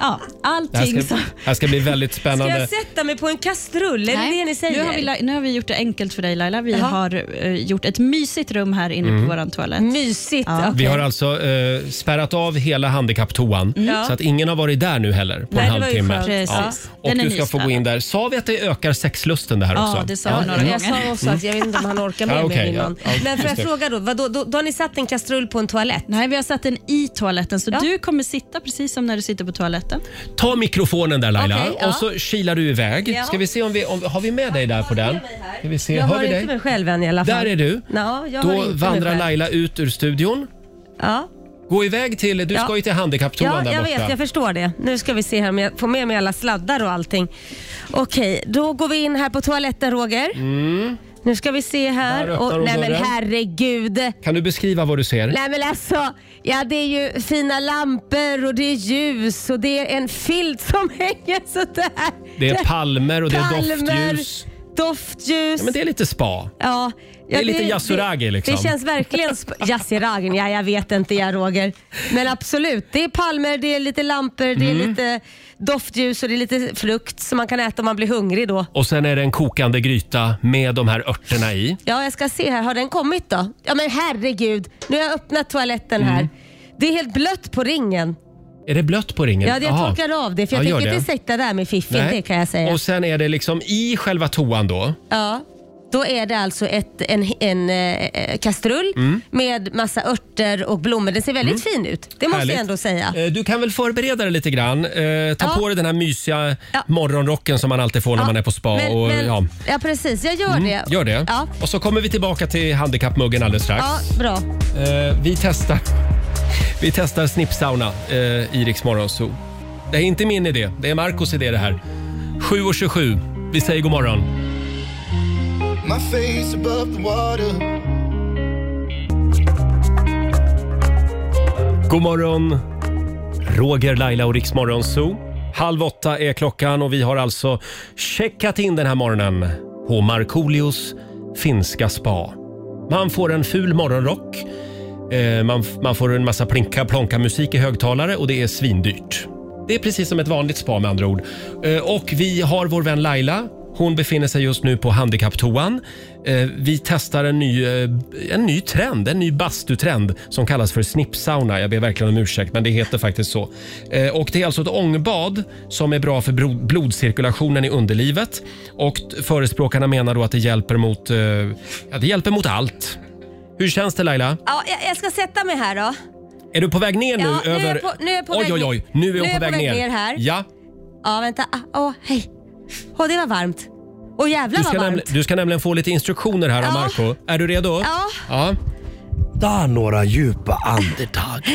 Ja,
Det här
allting
ska,
som...
det här ska bli väldigt spännande.
sätta mig på en kastrull?
Är det det ni säger? Nu har, vi, la- nu har vi gjort det enkelt för dig Laila. Vi har eh, gjort ett mysigt rum här inne
Mm.
på vår toalett.
Mysigt?
Vi har alltså eh, spärrat av hela handikapptoan
Ja.
så att ingen har varit där nu heller på
Nej,
en
det var ju
halvtimme.
skönt. Precis.
Och
Den är
du ska få gå
nystädad.
in där. Sa vi att det ökar sexlusten det här också?
Ja, det sa ja, några jag sa också att jag vet inte om han orkar med
Ja, Mm. Ah, okej,
mig innan.
ja, ja,
Men får
just
jag
det.
fråga då, vadå, då, då har ni satt en kastrull på en toalett?
Nej, vi har satt den i toaletten så du kommer sitta precis som när du sitter på toaletten.
Ta mikrofonen där Laila
Okej, ja.
och så kilar du iväg.
Ja.
Ska vi se om vi, om, har vi med dig där på den? Ska vi se,
jag
hör
hör
vi
inte
dig?
mig själv än i alla fall.
Där är du.
Ja, jag hör
Då
inte mig
vandrar
själv.
Laila ut ur studion.
Ja.
Gå iväg till, du
Ja.
ska ju till handikapptoan
Ja,
där
jag
borta.
vet. Jag förstår det. Nu ska vi se här om jag får med mig alla sladdar och allting. Okej, då går vi in här på toaletten Roger.
Mm.
Nu ska vi se här.
Där öppnar hon
Och, nej men
dörren.
herregud.
Kan du beskriva vad du ser?
Nej men alltså, ja det är ju fina lampor och det är ljus och det är en filt som hänger sådär.
Det är palmer och det är
Palmer,
doftljus.
Doftljus.
Ja, men det är lite spa.
Ja,
Det är lite Yasuragi,
det-
liksom.
Det känns verkligen... sp- Yasuragi, ja jag vet inte jag Roger. Men absolut, det är palmer, det är lite lampor, det är
Mm.
lite doftljus och det är lite frukt som man kan äta om man blir hungrig då.
Och sen är det en kokande gryta med de här örterna i.
Ja, jag ska se här. Har den kommit då? Ja men herregud, nu har jag öppnat toaletten
Mm.
här. Det är helt blött på ringen.
Är det blött på ringen?
Ja, det jag
Jaha.
torkar av det för jag
Ja, gör
tänker
det.
inte sitta där med fiffin,
Nej.
det kan jag säga.
Och sen är det liksom i själva toan då.
Ja, då är det alltså ett, en, en eh, kastrull
Mm.
med massa örter och blommor. Den ser väldigt
Mm.
fin ut, det måste
Härligt.
jag ändå säga.
Eh, Du kan väl förbereda dig lite grann. Eh, ta
Ja.
på dig den här mysiga morgonrocken som man alltid får när man är på spa.
Men-
och,
men-
ja.
Ja, precis. Jag gör
Mm,
det.
Gör det.
Ja.
Och så kommer vi tillbaka till handikappmuggen alldeles strax.
ja, bra.
Eh, vi testar. Vi testar snippsauna eh, i Rix Morgon Zoo. Det är inte min idé, det är Marcos idé det här. 7.27, vi säger god morgon.
My face above the water.
God morgon, Roger, Laila och Rix Morgon Zoo. Halv åtta är klockan och vi har alltså checkat in den här morgonen på Markoolios finska spa. Man får en ful morgonrock. Eh, man, f- man får en massa plinka plonka musik i högtalare och det är svindyrt. Det är precis som ett vanligt spa med andra ord. Eh, och vi har vår vän Laila. Hon befinner sig just nu på handikapptoan. Eh, vi testar en ny, eh, en ny trend, en ny bastutrend som kallas för snippsauna. Jag ber verkligen om ursäkt, men det heter faktiskt så. Eh, och det är alltså ett ångbad som är bra för bro- blodcirkulationen i underlivet. Och t- förespråkarna menar då att det hjälper mot, eh, ja, det hjälper mot allt. Hur känns det Laila?
Ja, jag, jag ska sätta mig här då.
Är du på väg ner nu?
Ja, nu är jag
över...
på- nu är jag på
oj,
väg
oj,
ner.
oj. Nu är hon på väg, ner.
här.
Ja.
Ja, vänta. Ah, Åh, hej. Åh, det var varmt. Åh, jävlar
Du
vad
ska,
varmt.
näml- du ska nämligen få lite instruktioner här av Marco. Är du redo?
Ja.
ja.
Ta några djupa andetag.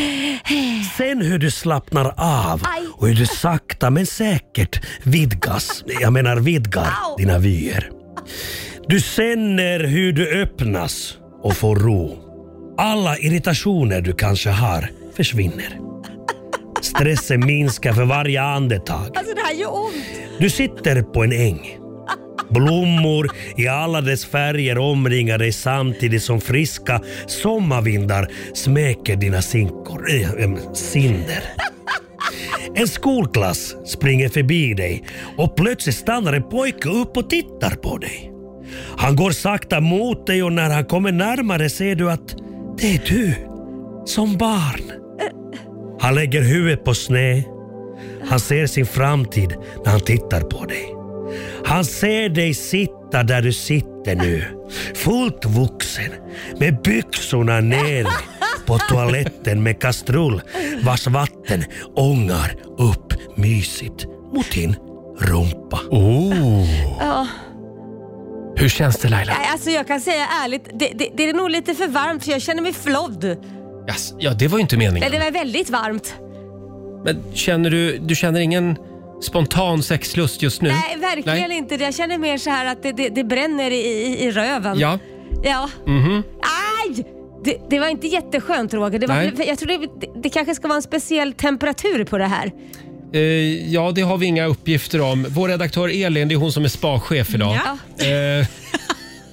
Sen hur du slappnar av och hur du sakta men säkert vidgas, jag menar vidgar dina vyer. Du känner hur du öppnas och får ro. Alla irritationer du kanske har försvinner. Stressen minskar för varje andetag.
Alltså det här gör ont.
Du sitter på en äng. Blommor i alla dess färger omringar dig samtidigt som friska sommarvindar smeker dina sinkor, äh, ähm, cinder. En skolklass springer förbi dig och plötsligt stannar en pojke upp och tittar på dig. Han går sakta mot dig och när han kommer närmare ser du att det är du, som barn. Han lägger huvudet på sned. Han ser sin framtid när han tittar på dig. Han ser dig sitta där du sitter nu. Fullt vuxen. Med byxorna ner på toaletten med kastrull vars vatten ångar upp mysigt mot din rumpa.
Oh.
Ja.
Hur känns det Laila?
Nej, Alltså jag kan säga ärligt, det, det, det är nog lite för varmt för jag känner mig flodd.
Jas- Ja, det var ju inte meningen.
Nej, det var väldigt varmt.
Mm. Men känner du, du känner ingen spontan sexlust just nu?
Nej, verkligen
Nej.
inte. Jag känner mer så här att det, det, det bränner i, i, i röven.
Ja.
Ja.
Mhm.
Aj! Det, det var inte jätteskönt Roger. Det var,
Nej.
jag tror det, det, det kanske ska vara en speciell temperatur på det här.
Eh, ja, det har vi inga uppgifter om. Vår redaktör Elin, det är hon som är spachef idag.
Ja.
Eh,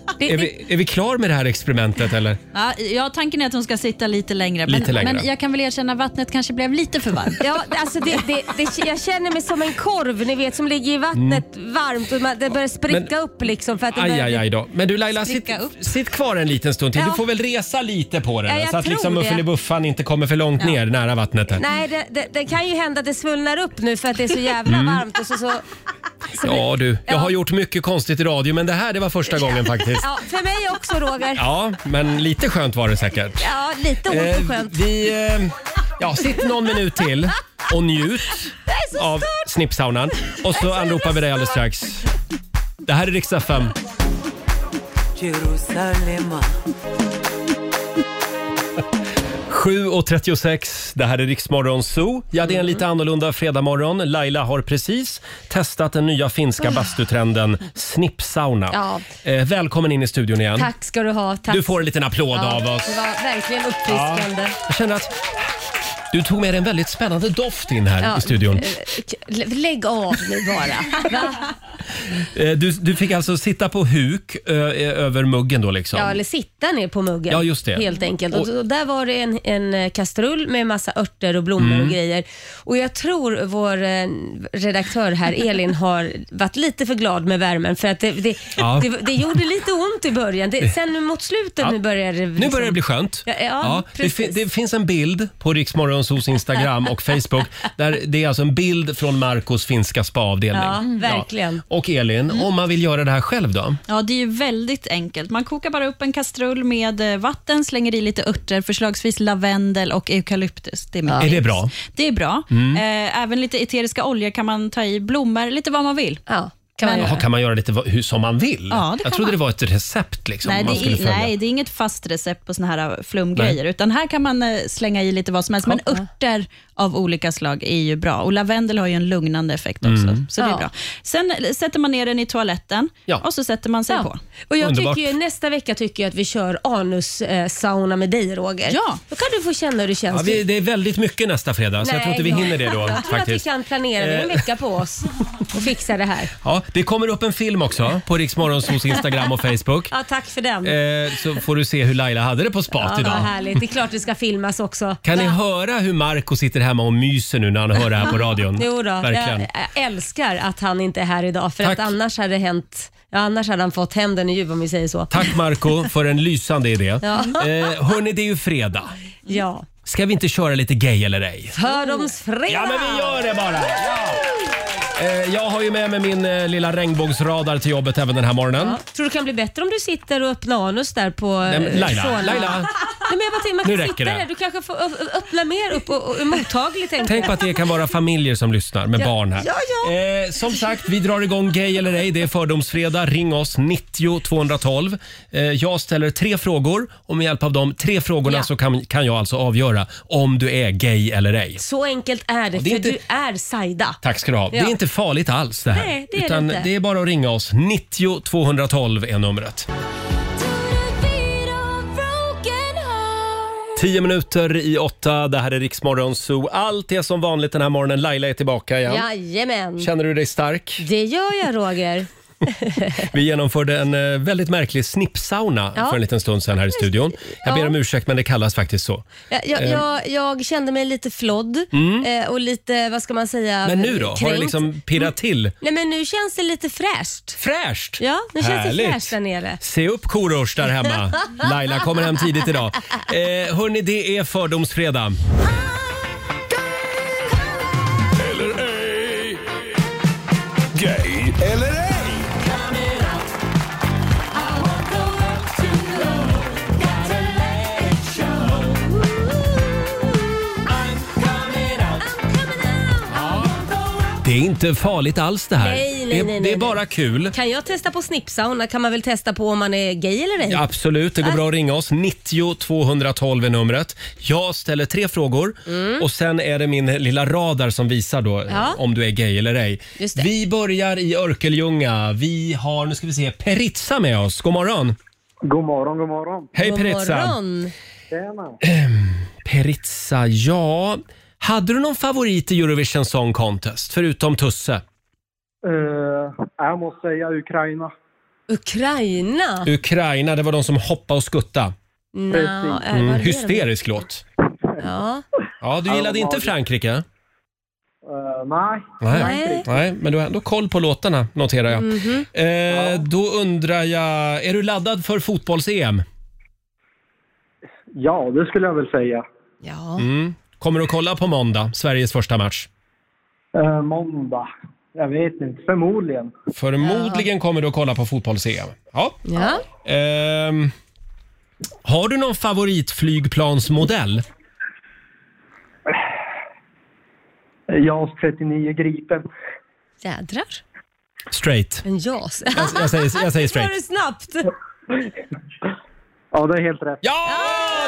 Ah, är, vi, är vi klar med det här experimentet eller?
Ja, ja, tanken är att hon ska sitta lite längre.
Lite
men,
längre.
men jag kan väl erkänna att vattnet kanske blev lite för varmt.
Ja, alltså det, det, det, jag känner mig som en korv ni vet som ligger i vattnet varmt och man, det börjar spricka
Mm. Men-
upp liksom. För att det
Aj,
börjar-
aj, aj då. Men du Laila, sitt,
Spricka upp.
sitt kvar en liten stund till.
Ja.
Du får väl resa lite på den
Ja,
här,
jag
så att
tror
liksom
det.
Muffelibuffan inte kommer för långt
Ja.
ner nära vattnet. Här.
Nej, det, det, det kan ju hända att det svullnar upp nu för att det är så jävla
Mm.
varmt. Och så, så, så
Ja du, jag har gjort mycket konstigt i radio men det här det var första gången faktiskt.
Ja, för mig också Roger. Ja,
Ja, men lite skönt var det säkert.
lite ont och
Eh,
skönt.
vi, eh, ja, sitt någon minut till och njut
Jag är så
av
störd.
snippsaunan. Och så anropar vi dig alldeles strax. Det här är riksdag 5.
Jerusalema.
7.36, det här är Riksmorgon Zoo. Ja, det är en lite
Mm.
annorlunda fredagmorgon. Laila har precis testat den nya finska bastutrenden snippsauna.
Ah. Ja.
Eh, välkommen in i studion igen.
Tack ska du ha. Tack.
Du får en liten applåd
Ja,
av oss.
Det var verkligen uppfriskande.
Jag känner att du tog med dig en väldigt spännande doft in här
Ja,
i studion.
eh, k- Lägg av nu bara. Va?
Eh, Du, du fick alltså sitta på huk ö, ö, över muggen då liksom?
Ja, eller sitta ner på muggen.
Ja, just det.
Helt enkelt. Och,
Och-
och där var det en, en eh, kastrull med massa örter och blommor
Mm.
och grejer. Och jag tror vår eh, redaktör här, Elin, har varit lite för glad med värmen för att det, det,
Ja.
det, det gjorde lite ont i början. Det, sen mot slutet
Ja.
nu börjar det...
Nu
liksom-
börjar det bli skönt.
Ja, ja,
det,
precis.
fi- det finns en bild på Riksmorgonsos Instagram och Facebook. Där det är alltså en bild från Marcos finska spaavdelning.
Ja, verkligen.
Ja. Och Elin, om man vill göra det här själv då?
Ja, det är ju väldigt enkelt. Man kokar bara upp en kastrull med eh, vatten, slänger i lite örter, förslagsvis lavendel och eukalyptus. Det är, mitt
Är
tips.
det bra?
Det är bra.
Mm.
Eh, även lite eteriska oljor kan man ta i, blommor, lite vad man vill.
Ja,
Jaha, kan man göra lite vad- hur som man vill?
Ja, det
Jag
kan
trodde
man.
det var ett recept liksom,
nej,
man
det
skulle
är,
följa.
nej, det är inget fast recept på såna här äh, flumgrejer,
Nej.
utan här kan man eh, slänga i lite vad som helst. Men örter av olika slag är ju bra och lavendel har ju en lugnande effekt också,
Mm.
så det är
Ja.
bra. Sen eh, sätter man ner den i toaletten och så sätter man sig på.
Och jag
Underbart.
tycker ju, nästa vecka tycker jag att vi kör anussauna med dig Roger.
Ja.
Då kan du få känna hur det känns.
Ja, vi, det är väldigt mycket nästa fredag, så Alltså, jag tror inte vi
Nej,
hinner det då.
Jag tror att vi
faktiskt.
kan planera det. Det är en
Eh.
vecka på oss och fixa det här.
Ja, Det kommer upp en film också på Riksmorgonsos Instagram och Facebook.
Ja, tack för den.
Eh, så får du se hur Laila hade det på spat
ja, vad
idag.
härligt. Det är klart det ska filmas också.
Kan ni höra hur Marco sitter hemma och myser nu när han hör det här på radion?
Jo då,
Verkligen.
Jag, jag älskar att han inte är här idag för
Tack.
att annars hade det hänt, ja, annars hade han fått hem den i djup om vi säger så.
Tack Marco för en lysande idé.
Ja.
Eh, hörni, det är ju fredag.
Ja.
Ska vi inte köra lite gay eller ej?
Fördomsfredag!
Ja, men vi gör det bara! Eh, jag har ju med mig min eh, lilla regnbågsradar till jobbet även den här morgonen.
Ja. Tror du det kan bli bättre om du sitter och öppnar anus där på
Nej, men
eh,
Laila,
Solna?
Laila.
Nej, men jag bara tänkte, man
Nu
kan
räcker
sitta
det.
där. Du kanske får ö- ö- öppna mer upp och, och, och mottaglig. tänkte
Tänk
jag.
på att det kan vara familjer som lyssnar med
Ja.
barn här.
Ja, ja.
Eh, som sagt, vi drar igång Gay eller ej. Det är Fördomsfredag. Ring oss, 90 212. Eh, jag ställer tre frågor och med hjälp av de tre frågorna
Ja.
så kan, kan jag alltså avgöra om du är gay eller ej.
Så enkelt är det,
Och det är
för
inte-
du är Saida.
Tack ska du ha.
Ja.
Det är inte farligt alls det här.
Nej, det är det
utan
inte.
det är bara att ringa oss. 90 212 är numret. Tio minuter i åtta. Det här är Riksmorgon Zoo. Allt är som vanligt den här morgonen. Laila är tillbaka igen.
Jajamän.
Känner du dig stark?
Det gör jag Roger.
Vi genomförde en eh, väldigt märklig snippsauna
Ja.
för en liten stund sedan här i studion. Jag ber
Ja.
om ursäkt men det kallas faktiskt så.
Jag, jag,
Eh,
jag, jag kände mig lite flodd
Mm.
eh, och lite, vad ska man säga,
men nu då? Har det
kränkt.
liksom pirrat till?
Nej men nu känns det lite fräscht.
Fräscht?
Ja, nu känns
Härligt.
det fräscht där nere.
Se upp Korosh där hemma. Laila kommer hem tidigt idag. Eh, hörni, det är Fördomsfredag.
Gay eller ej?
Det är inte farligt alls det här.
Nej, nej,
det, är-
nej,
det
nej,
är bara kul.
Kan jag testa på snippsauna kan man väl testa på om man är gay eller ej?
Ja, Absolut, det går bra att ringa oss. 90 212 är numret. Jag ställer tre frågor
Mm.
och sen är det min lilla radar som visar då eh,
Ja.
om du är gay eller ej.
Just det.
Vi börjar i Örkelljunga. Vi har, nu ska vi se, Peritza med oss. God morgon!
God morgon, god morgon.
Hej Peritza!
Tjena.
Peritza, ja. Hade du någon favorit i Eurovision Song Contest förutom Tusse?
Eh, jag måste säga Ukraina.
Ukraina?
Ukraina, det var de som hoppade och skutta.
Nå, är- Äh, vad är
Mm,
det?
hysterisk låt.
Ja.
Ja, du
Ja,
gillade
de
inte
har-
Frankrike?
Eh, nej.
Nej. Nej, men du har ändå koll på låtarna, noterar jag.
Mhm.
Eh, Då undrar jag, är du laddad för fotbolls-EM?
Ja, det skulle jag väl säga.
Ja.
Mm. Kommer du att kolla på måndag, Sveriges första match?
Eh, måndag. Jag vet inte. Förmodligen.
Förmodligen kommer du att kolla på fotbolls-EM. Ja.
Ja.
Ehm, har du någon favoritflygplansmodell?
JAS 39 Gripen.
Jädrar.
Straight.
En jas.
Jag, jag, säger, jag säger
Var
straight.
det snabbt?
Ja, det är helt rätt.
Ja!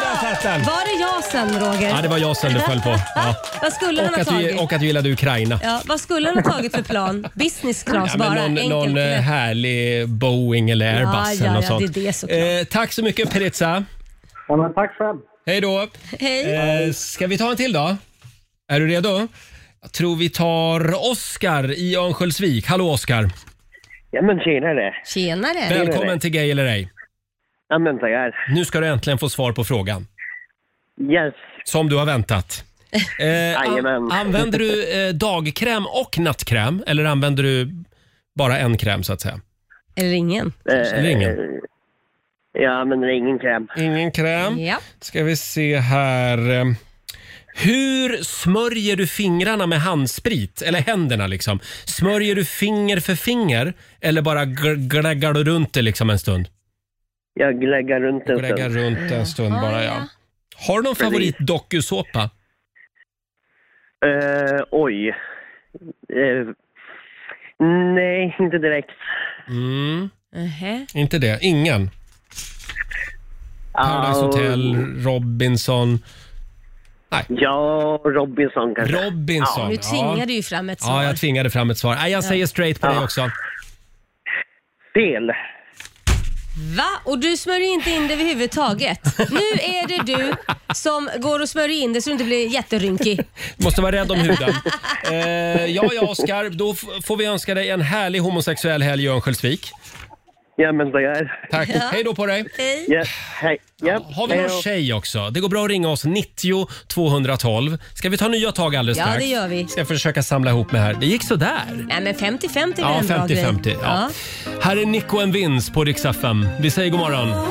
Där satt den!
Var det jasen Roger?
Ja, det var jag som du föll på. Ja.
Vad skulle han
Och,
ha
att du,
tagit?
och att du gillade Ukraina.
Ja, vad skulle han ha tagit för plan? Business class
Ja, men
bara.
någon
enkelt.
någon eh, härlig Boeing eller Airbus
Ja, ja,
eller något
ja,
sånt.
det är det såklart.
Eh, tack så mycket Peritza.
Ja, men tack själv.
Hej då.
Hej.
Eh, ska vi ta en till då? Är du redo? Jag tror vi tar Oskar i Örnsköldsvik. Hallå Oskar.
Ja men tjenare!
Tjenare.
Välkommen till Gay eller ej.
Ja men tackar.
Nu ska du äntligen få svar på frågan.
Yes.
Som du har väntat. Eh, an-
Jajamän.
använder du eh, dagkräm och nattkräm eller använder du bara en kräm så att säga?
Eller ingen.
Eller ingen?
Ja men det är ingen kräm.
Ingen kräm.
Ja.
Ska vi se här. eh, Hur smörjer du fingrarna med handsprit? Eller händerna liksom. Smörjer du finger för finger eller bara gl- glaggar du runt det liksom en stund?
Jag gläggar runt en
Gläggar
stund.
runt en stund bara ja. Har du någon
Precis.
favorit dokusåpa?
Eh, oj. Eh, nej, inte direkt.
Mm, inte det. Ingen? Paradise
Ah,
Hotel, Robinson. Nej.
Ja, Robinson kanske.
Robinson.
Nu tvingar du ju fram ett svar.
Ja, jag tvingade fram ett svar. Nej, jag säger straight på dig också.
Fel.
Va? Och du smörjer inte in det överhuvudtaget. Nu är det du som går och smörjer in det så du inte blir jätterynkig.
Måste vara rädd om huden. Eh, ja, ja, Oskar, då f- får vi önska dig en härlig homosexuell helg i Örnsköldsvik.
Ja, men det är.
Tack.
Ja.
Hej då på dig.
Hej.
Ja, hej. Ja.
Har vi
hej
någon
då.
tjej också? Det går bra att ringa oss, 90 212. Ska vi ta nya tag alldeles
Ja,
strax?
det gör vi.
Ska jag försöka samla ihop mig här. Det gick sådär.
Nej, men 50-50 är väl
Ja,
en bra grej?
50-50. Ja. Här är Nico en Vins på Rix FM. Vi säger god morgon.
Now am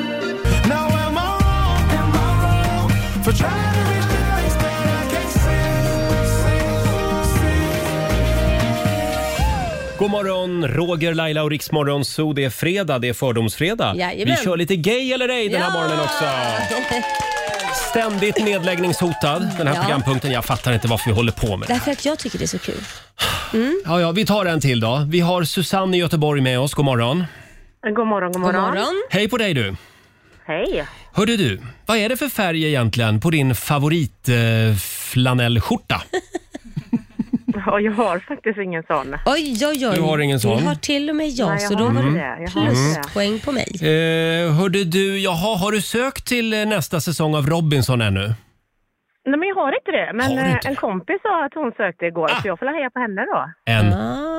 I wrong? Am I wrong for trying to reach the place that I can't see, see, see?
God morgon, Roger, Laila och Riksmorgon Zoo. Det är fredag, det är fördomsfredag.
Jajamän.
Vi kör lite gay eller ej den här morgonen också. Ständigt nedläggningshotad, den här
Ja.
programpunkten. Jag fattar inte varför vi håller på med det.
Därför att jag tycker det är så kul.
Ja, ja, vi tar en till då. Vi har Susanne i Göteborg med oss. God morgon.
God morgon, god morgon.
Hej på dig du.
Hej.
Hörde du, vad är det för färg egentligen på din favoritflanellskjorta? Eh, flanellskjorta?
Ja, jag har faktiskt ingen sån.
Oj, oj, oj.
Du har ingen sån. Mm.
Det har till och med jag,
Nej, jag
så då
har
var
inte
det
det. Jag har inte det.
pluspoäng på mig.
eh, hörde du, jaha, har du sökt till eh, nästa säsong av Robinson ännu?
Nej, men jag har inte det. Men
Har du
eh,
inte
en kompis sa att hon sökte igår,
Ah.
så jag får heja på henne då.
En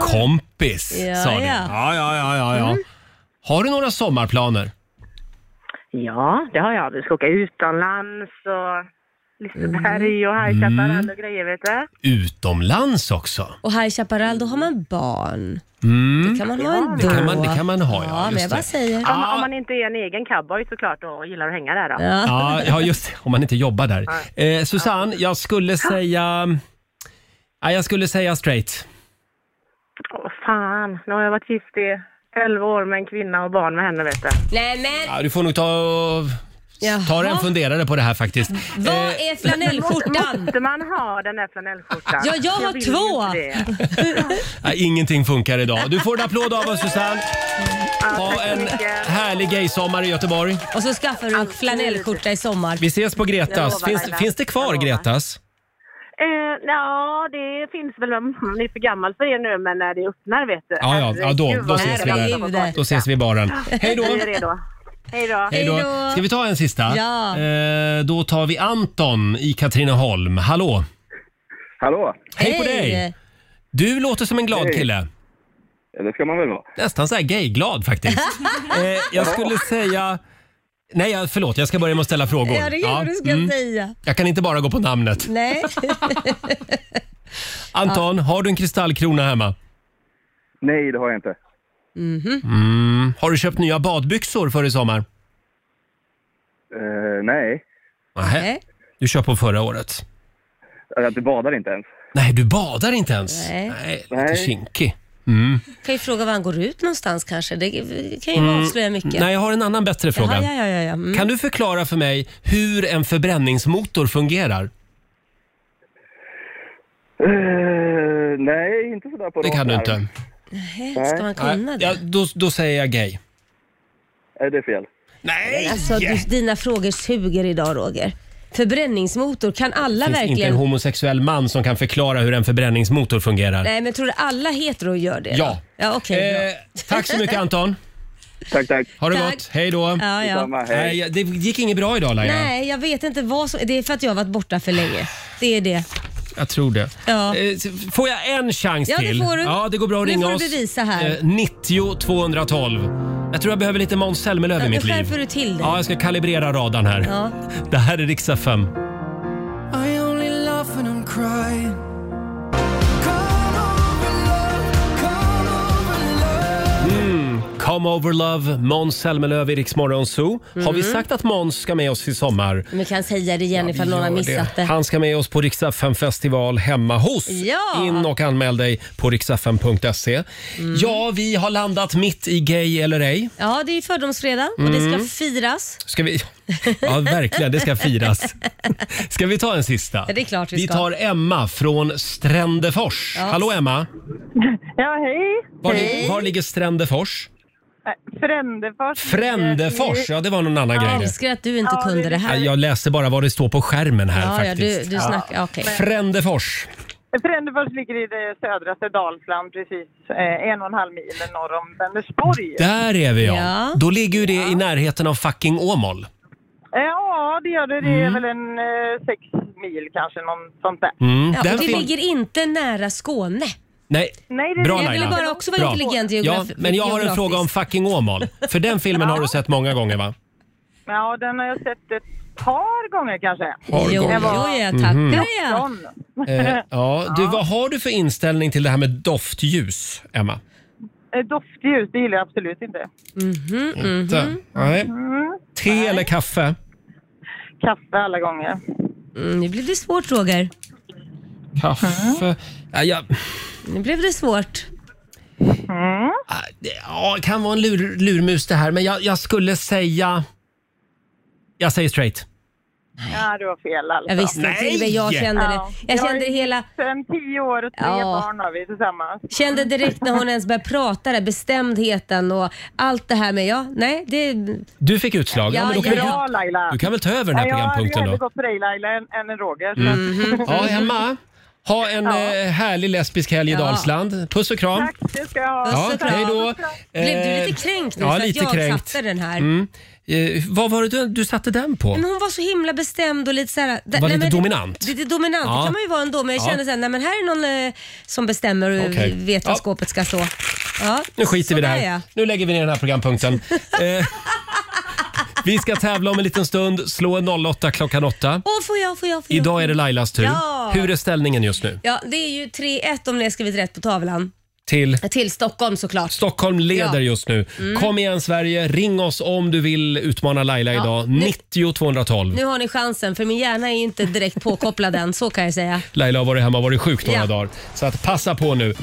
kompis,
Ja,
sa du.
ja.
Ja, ja, ja, ja. ja.
Mm.
Har du några sommarplaner?
Ja, det har jag. Vi ska åka utomlands och
Mm.
Liseberg och High Chaparral och grejer, vet du.
Utomlands också?
Och här i Chaparral, då har man barn.
Mm.
Det kan man ha ändå.
Det kan man, det kan man ha, ja.
Ja, men
just
jag bara
det.
säger.
Om, om man inte är en egen cowboy såklart och gillar att hänga där då.
Ah. Ja, ja just det. Om man inte jobbar där. Eh, Susanne, jag skulle säga... Ja, jag skulle säga straight.
Åh, fan, nu har jag varit gift i 11 år med en kvinna och barn med henne, vet du.
Nej, men
Ja, du får nog ta, ta dig en funderare på det här faktiskt.
vad är flanellskjortan?
Måste man ha den där flanellskjortan?
Ja, jag har
vill
två.
ju inte det.
Nej, ingenting funkar idag. Du får en applåd av oss Susanne.
Ja,
Ha
tack så
en
mycket.
härlig gaysommar i Göteborg.
Och så skaffar du en flanellskjorta i sommar.
Vi ses på
Jag
Gretas.
lovar,
Finns,
Laila.
finns det kvar Gretas?
Eh, ja, det finns väl. mm, Ni är för gammal för er nu, men när det öppnar vet du.
Ja, ja, ja då,
Herregud,
då
vad
ses vi
härligt.
där. Då ses vi i baren. Hej då!
Vi är redo. Hej då!
Hej då. Ska vi ta en sista?
Ja.
Eh, då tar vi Anton i Katrineholm. Hallå!
Hallå!
Hej, på dig! Du låter som en glad
Hej.
kille.
Ja, det ska man väl vara?
Nästan så här gay-glad faktiskt. eh, jag skulle säga... Nej, jag- förlåt. Jag ska börja med att ställa frågor.
Ja, det kanske du ska
mm.
säga.
Jag kan inte bara gå på namnet.
Nej.
Anton, har du en kristallkrona hemma?
Nej, det har jag inte.
Mhm.
Mm. Har du köpt nya badbyxor för i sommar?
Eh, nej,
Nej. Du kör på förra året.
Alltså, jag jag badar inte ens.
Nej, du badar inte ens.
Nej.
Lite kinkig. Mm.
Kan ju fråga var han går ut någonstans kanske. Det kan ju
Mm.
avslöja mycket.
Nej, jag har en annan bättre fråga.
Jaha, ja, ja, ja, ja. Mm.
Kan du förklara för mig hur en förbränningsmotor fungerar?
Eh, nej, inte sådär på
Det kan du
rak
inte.
arm.
Nej,
Nej.
ska man kunna
Nej,
det?
ja, då, då säger jag gay.
Är det fel?
Nej!
Alltså, du, dina frågor suger idag Roger. Förbränningsmotor, kan alla
Det finns inte en
verkligen...
homosexuell man som kan förklara hur en förbränningsmotor fungerar.
Nej, men tror du alla hetero gör det? då?
Ja.
Eh, ja okej.
Eh, tack så mycket Anton.
Tack, tack.
Ha det
Tack.
gott. Hej då.
Ja, ja. Detsamma, hej.
Nej, det gick inget bra idag Laila.
Nej, jag vet inte vad som... Det är för att jag har varit borta för länge. Det är det.
Jag tror det.
Ja.
Eh, Får jag en chans
Ja, det
till?
får du.
Ja, det går bra att
Nu
ringa
får du
oss.
bevisa här.
Eh, 90 212. Jag tror jag behöver lite Måns Zelmerlöw i
Nu
mitt liv.
skärper du till dig.
Ja, jag ska kalibrera radarn här.
Ja.
Det här är riks FM.
I only laugh when I'm crying.
Mm. Come over love, Måns Zelmerlöw i Rix Morgon Zoo. Har vi
Mm.
sagt att Måns ska med oss i sommar?
Men vi kan säga det igen ifall någon har missat det.
Han ska med oss på Rix FM festival hemma hos.
Ja. Mm.
In och anmäl dig på riksfm.se. Ja, vi har landat mitt i gay eller ej.
Ja, det är ju fördomsfredag och det
Mm.
ska firas.
Ska vi... Ja, verkligen. Det ska firas. Ska vi ta en sista?
Ja, det är klart vi ska.
tar Emma från Strändefors.
Ja.
Hallå Emma!
Ja, hej.
Var, li-
hej.
var ligger Strändefors?
Äh, Frändefors.
Frändefors, ja det var någon annan grej. det.
älskar att du inte
Ja,
kunde
det-
det
Ja,
här.
Jag läser bara vad det står på skärmen här
Ja, ja,
faktiskt.
du- du snackar- okej.
Frändefors.
Fränderfors ligger i det södraste Dalsland, precis eh, en och en halv mil norr om Vänersborg.
Där är vi ja. Då ligger ju det i närheten av fucking Åmål.
Eh, Ja, det gör det. Det är väl en eh, sex mil kanske, någon sånt där.
Mm,
Ja,
där
och det
fin-
ligger inte nära Skåne.
Nej,
Nej,
bra Laila.
Jag ville bara också vara
Bra.
intelligent
ja,
geograf-
Men jag har en
geografiskt.
fråga om fucking Åmål. För den filmen har du sett många gånger va?
Ja, den har jag sett ett par gånger kanske.
Par Jo, gånger. jo, ja, tack. Mhm. Det
är
Eh, ja, du, vad har du för inställning till det här med doftljus, Emma?
Eh, Doftljus, det gillar jag absolut inte.
Inte?
Mhm.
Nej.
Mm,
Te eller kaffe?
kaffe alla gånger.
Mm, nu blev det svårt Roger.
Kaffe? Mm. Ja, jag,
Nu blev det svårt.
ja, ah, det kan vara en lur, lurmus det här, men jag, jag skulle säga... Jag säger straight.
Ja, det var fel alltså.
Jag visste det. Till och med jag kände det. Jag kände det hela...
Sen tio år och tre
Ja.
barn har vi tillsammans.
Kände direkt när hon ens började prata, där, bestämdheten och allt det här med, ja, nej, det...
Du fick utslag.
Ja,
men då kan
ja.
du-
Bra Laila!
Du kan väl ta över den här programpunkten
Jag hade
då?
gått på dig Laila än, än Roger. så-
Mm. Ja, Emma. Ha en
Ja.
eh, härlig lesbisk helg i
Ja.
Dalsland. Puss och kram.
Tack, det ska jag ha.
Ja,
Puss och
hej
kram.
då.
Blev du
Eh,
lite kränkt nu
ja,
för att
lite
jag
kränkt.
satte den här?
Mm. Eh, vad var det du, du satte den på?
Men hon var så himla bestämd och lite så här,
Var lite
men,
dominant.
Lite dominant,
Ja.
det kan man ju vara ändå. Men jag
Ja.
kände så här, nej men här är någon eh, som bestämmer hur
Okej.
vet var
Ja.
skåpet ska stå. Ja,
Nu skiter vi i det
sådär,
här.
ja.
Nu lägger vi ner den här programpunkten. Eh, vi ska tävla om en liten stund. Slå en 08 klockan 8.
Åh, får jag, får jag, får jag?
Idag är det Lailas tur.
Ja.
Hur är ställningen just nu?
Ja, det är ju 3-1 om ni har skrivit rätt på tavlan.
Till
Till Stockholm såklart.
Stockholm leder
Ja.
just nu.
Mm.
Kom igen Sverige, ring oss om du vill utmana Laila
Ja,
idag.
nu-
90 212.
Nu har ni chansen, för min hjärna är ju inte direkt påkopplad än, så kan jag säga.
Laila har varit hemma och varit sjuk några
Ja.
dagar. Så att passa på nu.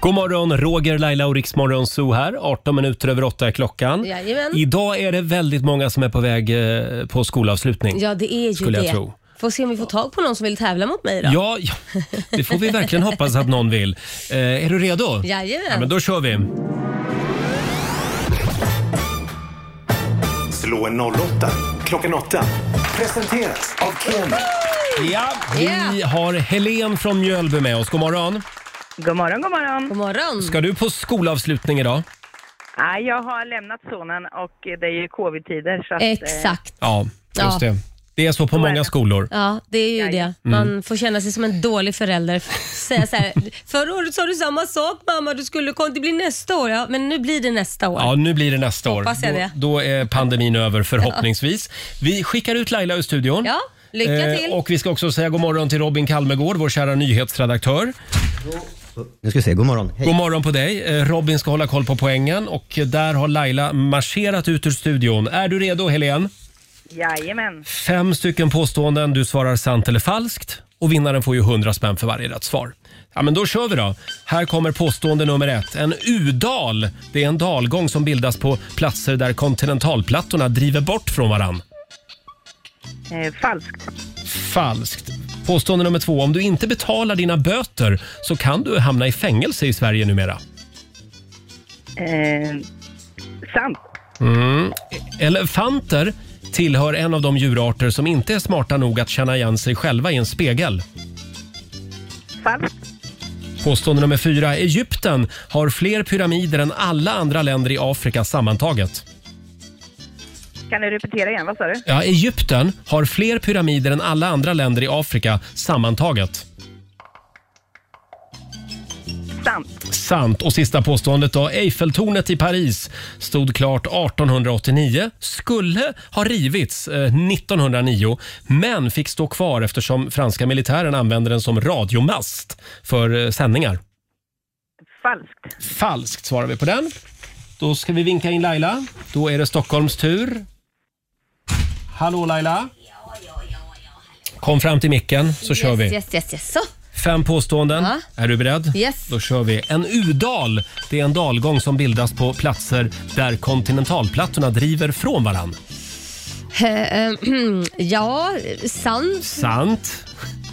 God morgon, Roger, Laila och Riksmorgon Zoo här. 18 minuter över 8 är klockan.
Jajamän.
Idag är det väldigt många som är på väg eh, på skolavslutning.
Ja, det är ju
Skulle
det.
jag tro.
Får se om vi får tag på någon som vill tävla mot mig då.
Ja, ja, det får vi verkligen hoppas att någon vill. Eh, är du redo?
Jajamän.
Ja, men då kör vi.
Slå en 08 klockan 8. Presenteras av Keno.
Ja, vi har Helen från Mjölby med oss. God morgon.
God morgon, god morgon.
God morgon.
Ska du på skolavslutning idag?
Nej, jag har lämnat sonen och det är ju covid-tider. Så att, eh,
Exakt.
Ja, just
Ja.
det. Det är så på många skolor.
Ja, det är ju det.
Mm.
Man får känna sig som en dålig förälder. Säga så här, förra året sa du samma sak mamma, du skulle kom, det blir nästa år. Ja, men nu blir det nästa år.
Ja, nu blir det nästa år.
Hoppas jag det.
Då, då är pandemin över förhoppningsvis. Vi skickar ut Laila ur studion.
Ja, lycka
Eh,
till.
och vi ska också säga god morgon till Robin Kalmegård, vår kära nyhetsredaktör.
Nu ska vi se, god morgon. Hej.
God morgon på dig. Eh, Robin ska hålla koll på poängen och där har Laila marscherat ut ur studion. Är du redo Helen?
Jajamän.
Fem stycken påståenden, du svarar sant eller falskt och vinnaren får ju 100 spänn för varje rätt svar. Ja, men då kör vi då. Här kommer påstående nummer ett. En udal, det är en dalgång som bildas på platser där kontinentalplattorna driver bort från varann.
Eh, falskt.
Falskt. Påstående nummer två. Om du inte betalar dina böter så kan du hamna i fängelse i Sverige numera.
Eh, sant.
Mm. Elefanter tillhör en av de djurarter som inte är smarta nog att känna igen sig själva i en spegel.
Falskt.
Påstående nummer fyra. Egypten har fler pyramider än alla andra länder i Afrika sammantaget.
Kan du repetera igen? Vad sa du?
Ja, Egypten har fler pyramider än alla andra länder i Afrika sammantaget.
Sant.
Sant. Och sista påståendet då. Eiffeltornet i Paris stod klart 1889. Skulle ha rivits eh, 1909, men fick stå kvar eftersom franska militären använde den som radiomast för eh, sändningar.
Falskt.
Falskt svarar vi på den. Då ska vi vinka in Laila. Då är det Stockholms tur. Hallå Laila! Kom fram till micken så kör vi.
Yes, yes, yes. Så.
Fem påståenden.
Ja.
Är du beredd?
Yes.
Då kör vi. En udal, det är en dalgång som bildas på platser där kontinentalplattorna driver från varann.
Eh, eh, ja, sant.
Sant.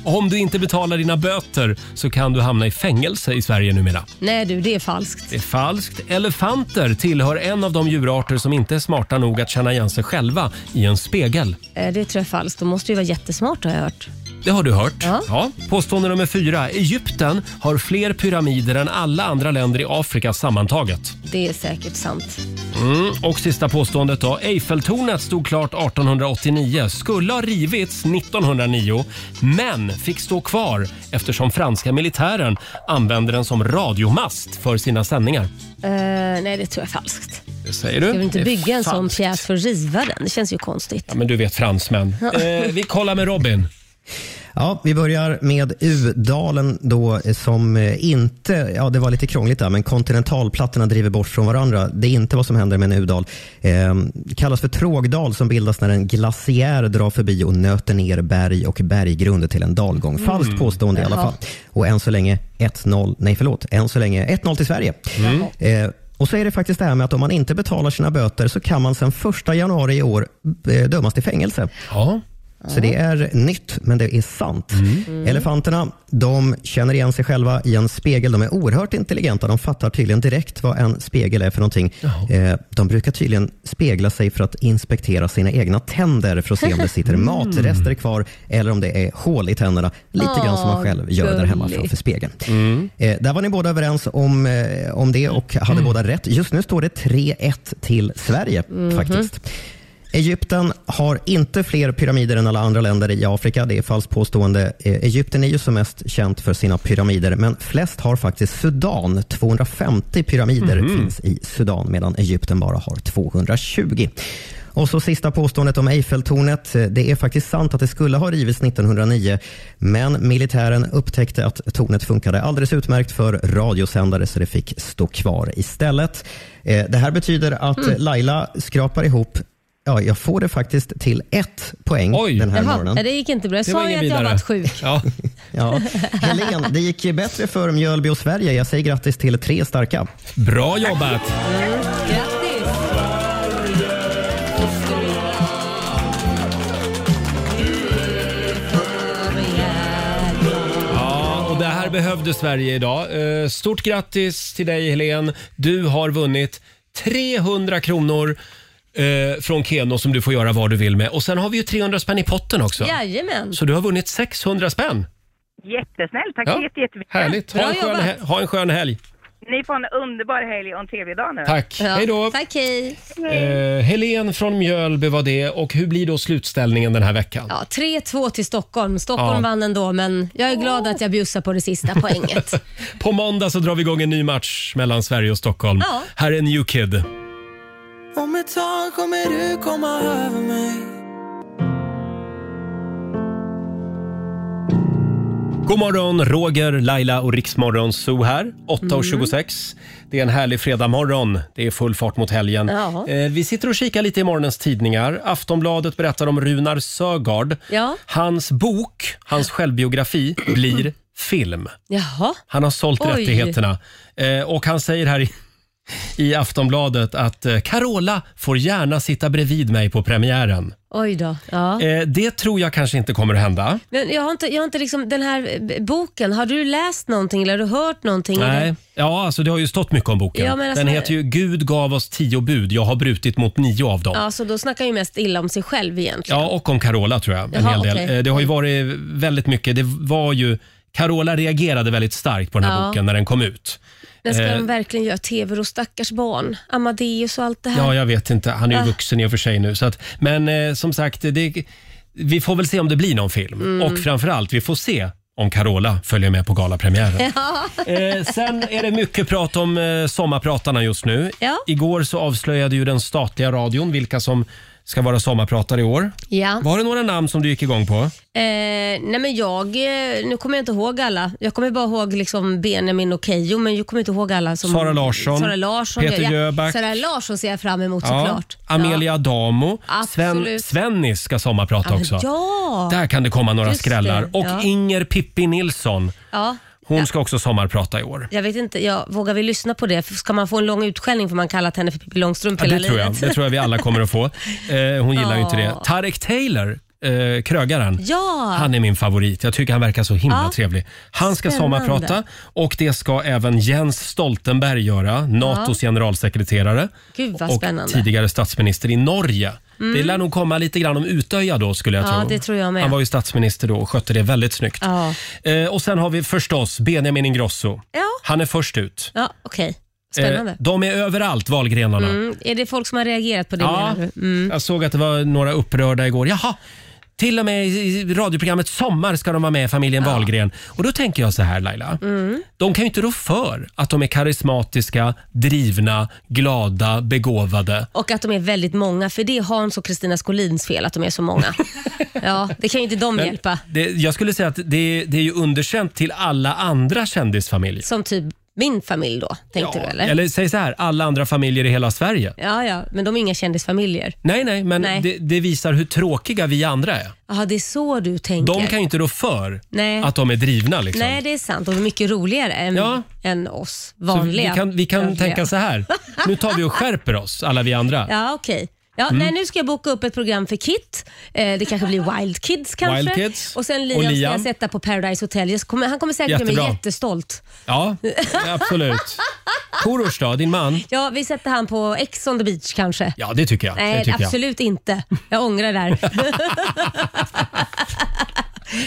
Om du inte betalar dina böter så kan du hamna i fängelse i Sverige numera.
Nej du, det är falskt.
Det är falskt. Elefanter tillhör en av de djurarter som inte är smarta nog att känna igen sig själva i en spegel.
Eh, Det tror jag är falskt. De måste ju vara jättesmarta har jag hört.
Det har du hört.
Ja.
Påstående nummer fyra. Egypten har fler pyramider än alla andra länder i Afrika sammantaget.
Det är säkert sant.
Mm, och sista påståendet då. Eiffeltornet stod klart 1889, skulle ha rivits 1909 men fick stå kvar eftersom franska militären använde den som radiomast för sina sändningar.
Eh, nej, det tror jag är falskt.
Det säger
Ska
du.
vi inte
Det är
bygga en sån
falskt.
pjäs för att riva den? Det känns ju konstigt.
Ja, men du vet fransmän.
Ja.
Eh, vi kollar med Robin.
Ja, vi börjar med U-dalen då eh, som eh, inte, ja det var lite krångligt där, men kontinentalplattorna driver bort från varandra. Det är inte vad som händer med en U-dal. Eh, det kallas för trågdal som bildas när en glaciär drar förbi och nöter ner berg och berggrund till en dalgång. Falskt
Mm.
påstående i alla
Jaha.
fall. Och än så länge 1-0, nej förlåt, än så länge 1-0 till Sverige.
Mm.
Eh, och så är det faktiskt det här med att om man inte betalar sina böter så kan man sedan 1 januari i år eh, dömas till fängelse. Så det är nytt, men det är sant.
Mm.
Elefanterna de känner igen sig själva i en spegel. De är oerhört intelligenta. De fattar tydligen direkt vad en spegel är för någonting. Eh, De brukar tydligen spegla sig för att inspektera sina egna tänder för att se om det sitter
Mm.
matrester kvar eller om det är hål i tänderna. Lite grann som man
Åh,
själv gör där hemma
gulligt.
framför spegeln. Eh, Där var ni båda överens om, eh, om det och
Mm.
hade båda rätt. Just nu står det 3-1 till Sverige
Mhm.
faktiskt. Egypten har inte fler pyramider än alla andra länder i Afrika. Det är falskt påstående. Eh, Egypten är ju som mest känt för sina pyramider, men flest har faktiskt Sudan. 250 pyramider
Mhm.
finns i Sudan, medan Egypten bara har 220. Och så sista påståendet om Eiffeltornet. Eh, Det är faktiskt sant att det skulle ha rivits 1909, men militären upptäckte att tornet funkade alldeles utmärkt för radiosändare, så det fick stå kvar istället. Eh, Det här betyder att
Mm.
eh, Laila skrapar ihop Ja, jag får det faktiskt till ett poäng den här
Jaha,
morgonen.
nej, det gick inte bra. Jag sa ju att jag varit sjuk.
Ja.
ja. Helen, det gick ju bättre för Mjölby och Sverige. Jag säger grattis till tre starka.
Bra jobbat! Ja, och det här behövde Sverige idag. Eh, Stort grattis till dig Helen. Du har vunnit 300 kronor eh, från Keno som du får göra vad du vill med. Och sen har vi ju 300 spänn i potten också.
Jajamän.
Så du har vunnit 600 spänn.
Jättesnällt, tack
Ja,
så jätte- jättemycket.
Härligt. Ha en, skön, he- ha en skön helg.
Ni får en underbar helg och en trevlig dag nu.
Tack. Ja. Hej då.
Tack, hej.
Eh, Helen från Mjölby var det. Och hur blir då slutställningen den här veckan?
Ja, 3-2 till Stockholm. Stockholm
Ja.
vann ändå, men jag är glad att jag bjussar på det sista poänget.
På måndag så drar vi igång en ny match mellan Sverige och Stockholm.
Ja.
Här är New Kid.
Om ett tag kommer du komma över mig
God morgon, Roger, Laila och Riksmorgon Zoo här.
Mm.
8.26. Det är en härlig fredagmorgon. Det är full fart mot helgen.
Ja.
Eh, vi sitter och kikar lite i morgonens tidningar. Aftonbladet berättar om Runar Sögaard.
Ja.
Hans bok, hans självbiografi, blir film.
Jaha.
Han har sålt
Oj.
rättigheterna. Eh, och han säger här i, i Aftonbladet att eh, Carola får gärna sitta bredvid mig på premiären.
Oj då. Ja.
Eh, det tror jag kanske inte kommer att hända.
Men jag har inte, jag har inte liksom, den här eh, b- boken, har du läst någonting eller har du hört någonting?
Nej.
Eller?
Ja, alltså det har ju stått mycket om boken.
Ja, men alltså-
Den heter ju Gud gav oss tio bud. Jag har brutit mot nio av dem. Ja.
Ja, så då snackar jag ju mest illa om sig själv egentligen.
och om Carola tror jag. En
Jaha,
hel del.
okej.
Eh, Det har ju varit väldigt mycket. Det var ju... Carola reagerade väldigt starkt på den här
Ja.
boken när den kom ut.
Men ska
Eh,
de verkligen göra TV och stackars barn? Amadeus och allt det här.
Ja, jag vet inte. Han är ju
Ah.
vuxen i och för sig nu. Så att, men eh, som sagt, det, vi får väl se om det blir någon film.
Mm.
Och framförallt, vi får se om Carola följer med på galapremiären. eh, sen är det mycket prat om eh, sommarpratarna just nu.
Ja.
Igår så avslöjade ju den statliga radion vilka som ska vara sommarpratare i år.
Ja.
Var det några namn som du gick igång på?
Eh, nej men jag, eh, nu kommer jag inte ihåg alla. Jag kommer bara ihåg liksom Benjamin och Keyyo, men jag kommer inte ihåg alla. Som,
Sara Larsson,
Sara Larsson
Peter
ja, ja.
Jöback.
Sara Larsson ser jag fram emot såklart.
Amelia Damo. Sven,
Absolut.
Svennis ska sommarprata
Ja, men
också.
ja.
Där kan det komma några
Just det,
skrällar. Och
ja.
Inger Pippi Nilsson.
Ja.
Hon ska också sommarprata i år.
Jag vet inte, jag vågar vi lyssna på det? Ska man få en lång utskällning för man kallat henne för Pippi Långstrump
Ja,
hela
det, tror jag.
livet?
det tror jag vi alla kommer att få. Eh, hon gillar ju inte det. Tarek Taylor eh, krögaren.
Ja!
Han är min favorit. Jag tycker han verkar så himla
Ja.
trevlig. Han ska
Spännande.
sommarprata och det ska även Jens Stoltenberg göra, NATOs generalsekreterare
Gud vad
och
spännande.
tidigare statsminister i Norge.
Mm.
Det lär nog komma lite grann om Utöja då skulle jag
Ja,
tro.
det tror jag med.
Han var ju statsminister då och skötte det väldigt snyggt.
Ja,
Eh, och sen har vi förstås Benjamin Ingrosso.
ja.
Han är först ut.
ja okej. Spännande.
Eh, de är överallt, valgrenarna.
Mm. Är det folk som har reagerat på det?
Ja,
menar du? Mm.
Jag såg att det var några upprörda igår. Jaha, till och med i- i radioprogrammet Sommar ska de vara med, familjen Wahlgren. Och då tänker jag så här Laila.
Mm.
De kan ju inte rå för att de är karismatiska, drivna, glada, begåvade.
Och att de är väldigt många, för det är Hans och Kristina Skolins fel att de är så många. ja, det kan ju inte de
Men-
hjälpa.
Det, jag skulle säga att det, det är ju underkänt till alla andra kändisfamiljer.
Som typ min familj då, tänkte du eller?
Eller säg så här, alla andra familjer i hela Sverige.
Ja, ja, men de är inga kändisfamiljer.
Nej, nej, men
Nej.
Det, det visar hur tråkiga vi andra är.
Jaha, det är så du tänker.
De kan ju inte rå för
Nej.
att de är drivna. Liksom.
Nej, det är sant. De är mycket roligare än, än oss
Så
vanliga.
Vi kan, vi kan
Vanliga.
tänka så här. Nu tar vi och skärper oss, alla vi andra.
Ja, okej. Ja,
Mm.
nej, nu ska jag boka upp ett program för Kit. Eh, det kanske blir Wild Kids kanske.
Wild Kids.
Och sen
Och
Liam, ska
Liam.
jag sätta på Paradise Hotel. Jag kommer, han kommer säkert bli
Jättebra.
jättestolt.
Ja, absolut. Korosh då, din man?
Ja, vi sätter han på Ex on the beach kanske.
Ja, det tycker jag.
Nej,
det tycker
absolut inte. Jag ångrar där.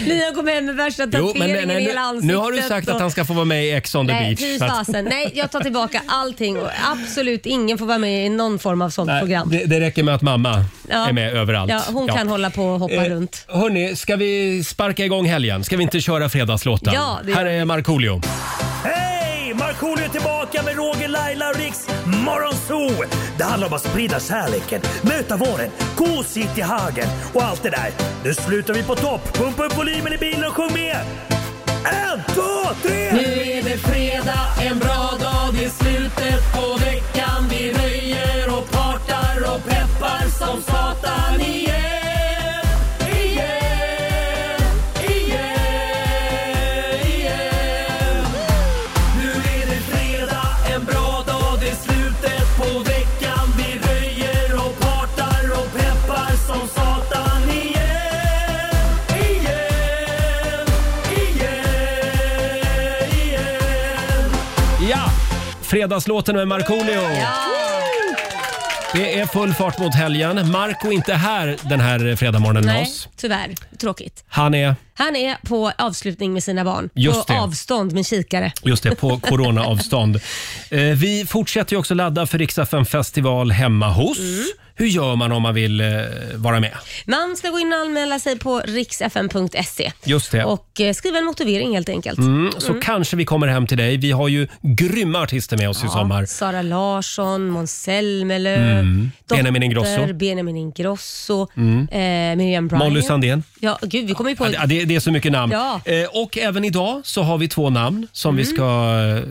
Liam kom hem med värsta
Jag. Jo, men,
tatueringen
nej,
i
nej,
hela
nu,
ansiktet.
nu har du sagt att han ska få vara med i Ex on the
Nej,
beach.
fy
så att-
fasen. Nej, jag tar tillbaka allting. Och Absolut ingen får vara med i någon form av sånt
Nej,
program.
det, det räcker med att mamma
Ja.
är med överallt.
Ja, hon kan hålla på och hoppa
Eh,
runt.
Hörni, ska vi sparka igång helgen? Ska vi inte köra fredagslåten?
Ja, det gör
Här är Markoolio.
Hej! Markoolio är tillbaka med Roger, Laila och Riks Morgonzoo! Det handlar om att sprida kärleken, möta våren, gosigt i hagen och allt det där. Nu slutar vi på topp! Pumpa upp volymen i bilen och sjung med! En, två, tre!
Nu är det fredag, en bra dag, det är slutet på veckan. Vi röjer och partar och peppar som satan igen. Igen, igen, igen. Nu är det fredag, en bra dag, det är slutet på veckan. Vi röjer och partar och peppar som satan igen. Igen, igen, igen.
Ja! Fredagslåten med Markoolio. Det är full fart mot helgen. Marco är inte här den här fredagmorgonen med
Nej,
oss.
tyvärr. Tråkigt.
Han är
Han är på avslutning med sina barn.
Just
på
det.
avstånd med kikare.
Just det, på coronaavstånd. Eh, vi fortsätter ju också ladda för Riksaffen festival hemma hos.
Mm.
Hur gör man om man vill eh, vara med?
Man ska gå in och anmäla sig på riksfn.se
Just det.
och eh, skriva en motivering helt enkelt.
Mm, så
Mm.
kanske vi kommer hem till dig. Vi har ju grymma artister med oss i sommar.
Sara Larsson, Måns Zelmerlöw,
Mm.
Dotter,
Benjamin Ingrosso.
Benjamin Ingrosso
Mm.
eh, Miriam Bryant.
Molly Sandén.
Ja, gud, vi kommer ju på...
Ja, det, det är så mycket namn.
Ja. Mm.
Eh, och även idag så har vi två namn som vi ska eh,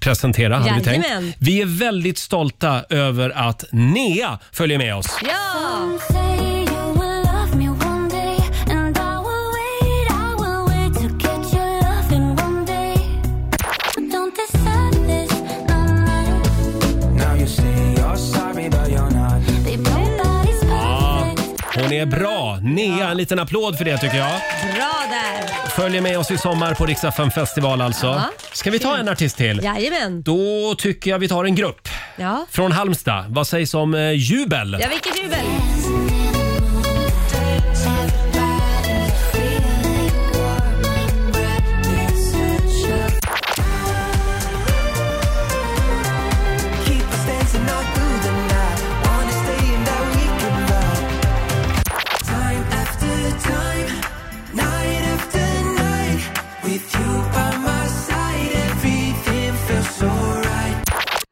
presentera. Hade vi, tänkt.
Jajamän.
vi är väldigt stolta över att Nea följer med oss.
Some say you will love me one day, and I will wait, I will wait to get your love in one day. But don't deserve this, no, no.
Now you say you're sorry but you're not
Babe, nobody's
Ja, hon är bra. Nea, en liten applåd för det tycker jag.
Bra där!
Följer med oss i sommar på Riksdagen festival alltså.
Ja.
Ska vi ta en artist till?
Jajamän.
Då tycker jag vi tar en grupp.
Ja.
Från Halmstad. Vad sägs om eh, jubel?
ja, vilket jubel!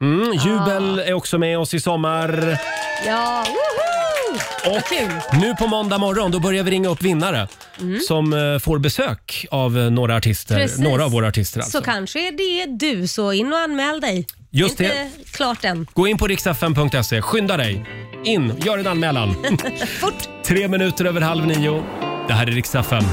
Mm, jubel är också med oss i sommar.
Ja, woho! Vad kul!
Nu på måndag morgon då börjar vi ringa upp vinnare
Mm.
som eh, får besök av eh, några artister.
Precis.
Några av våra artister alltså.
Så kanske är det du, så in och anmäl dig.
Just
Inte
det.
klart än.
Gå in på riksfm.se. Skynda dig! In, gör en anmälan.
Fort!
Tre minuter över halv nio. Det här är Riksfm.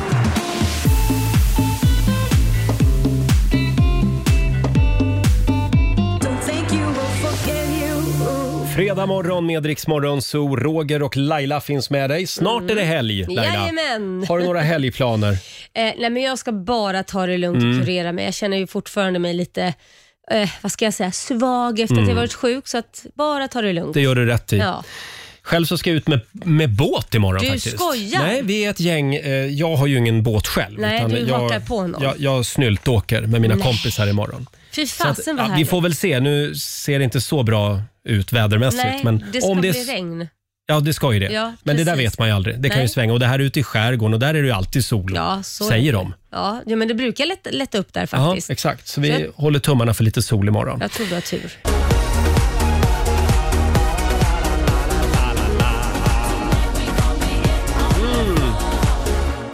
Fredag morgon med Rix Morgon, så Roger och Laila finns med dig. Snart är det helg, Laila.
Mm. Jajamän.
Har du några helgplaner?
Eh, nej, men jag ska bara ta det lugnt
Mm.
och kurera mig. Jag känner ju fortfarande mig lite, eh, vad ska jag säga, svag efter att
Mm.
jag varit sjuk. Så att bara ta det lugnt.
Det gör du rätt i.
Ja.
Själv så ska jag ut med, med båt imorgon
Du
faktiskt.
skojar.
Nej, vi är ett gäng. eh, Jag har ju ingen båt själv.
Nej, du
jag,
hakar på någon.
Jag, jag snyltåker med mina
Nej.
kompisar imorgon.
Fy
Så att,
fasen vad
ja, vi
härligt.
får väl se. Nu ser det inte så bra ut vädermässigt.
Nej,
men
det ska
om
bli
det,
regn.
Ja, det ska ju det.
Ja,
men det där
precis.
vet man ju aldrig. Det kan ju
Nej.
svänga. Och det här är ute i skärgården och där är det ju alltid sol,
Ja, så är
säger
det.
de.
Ja, ja, men det brukar lätta, lätta upp där
Ja,
faktiskt.
exakt. Så vi
Så jag-
håller tummarna för lite sol imorgon.
Jag tror du har tur.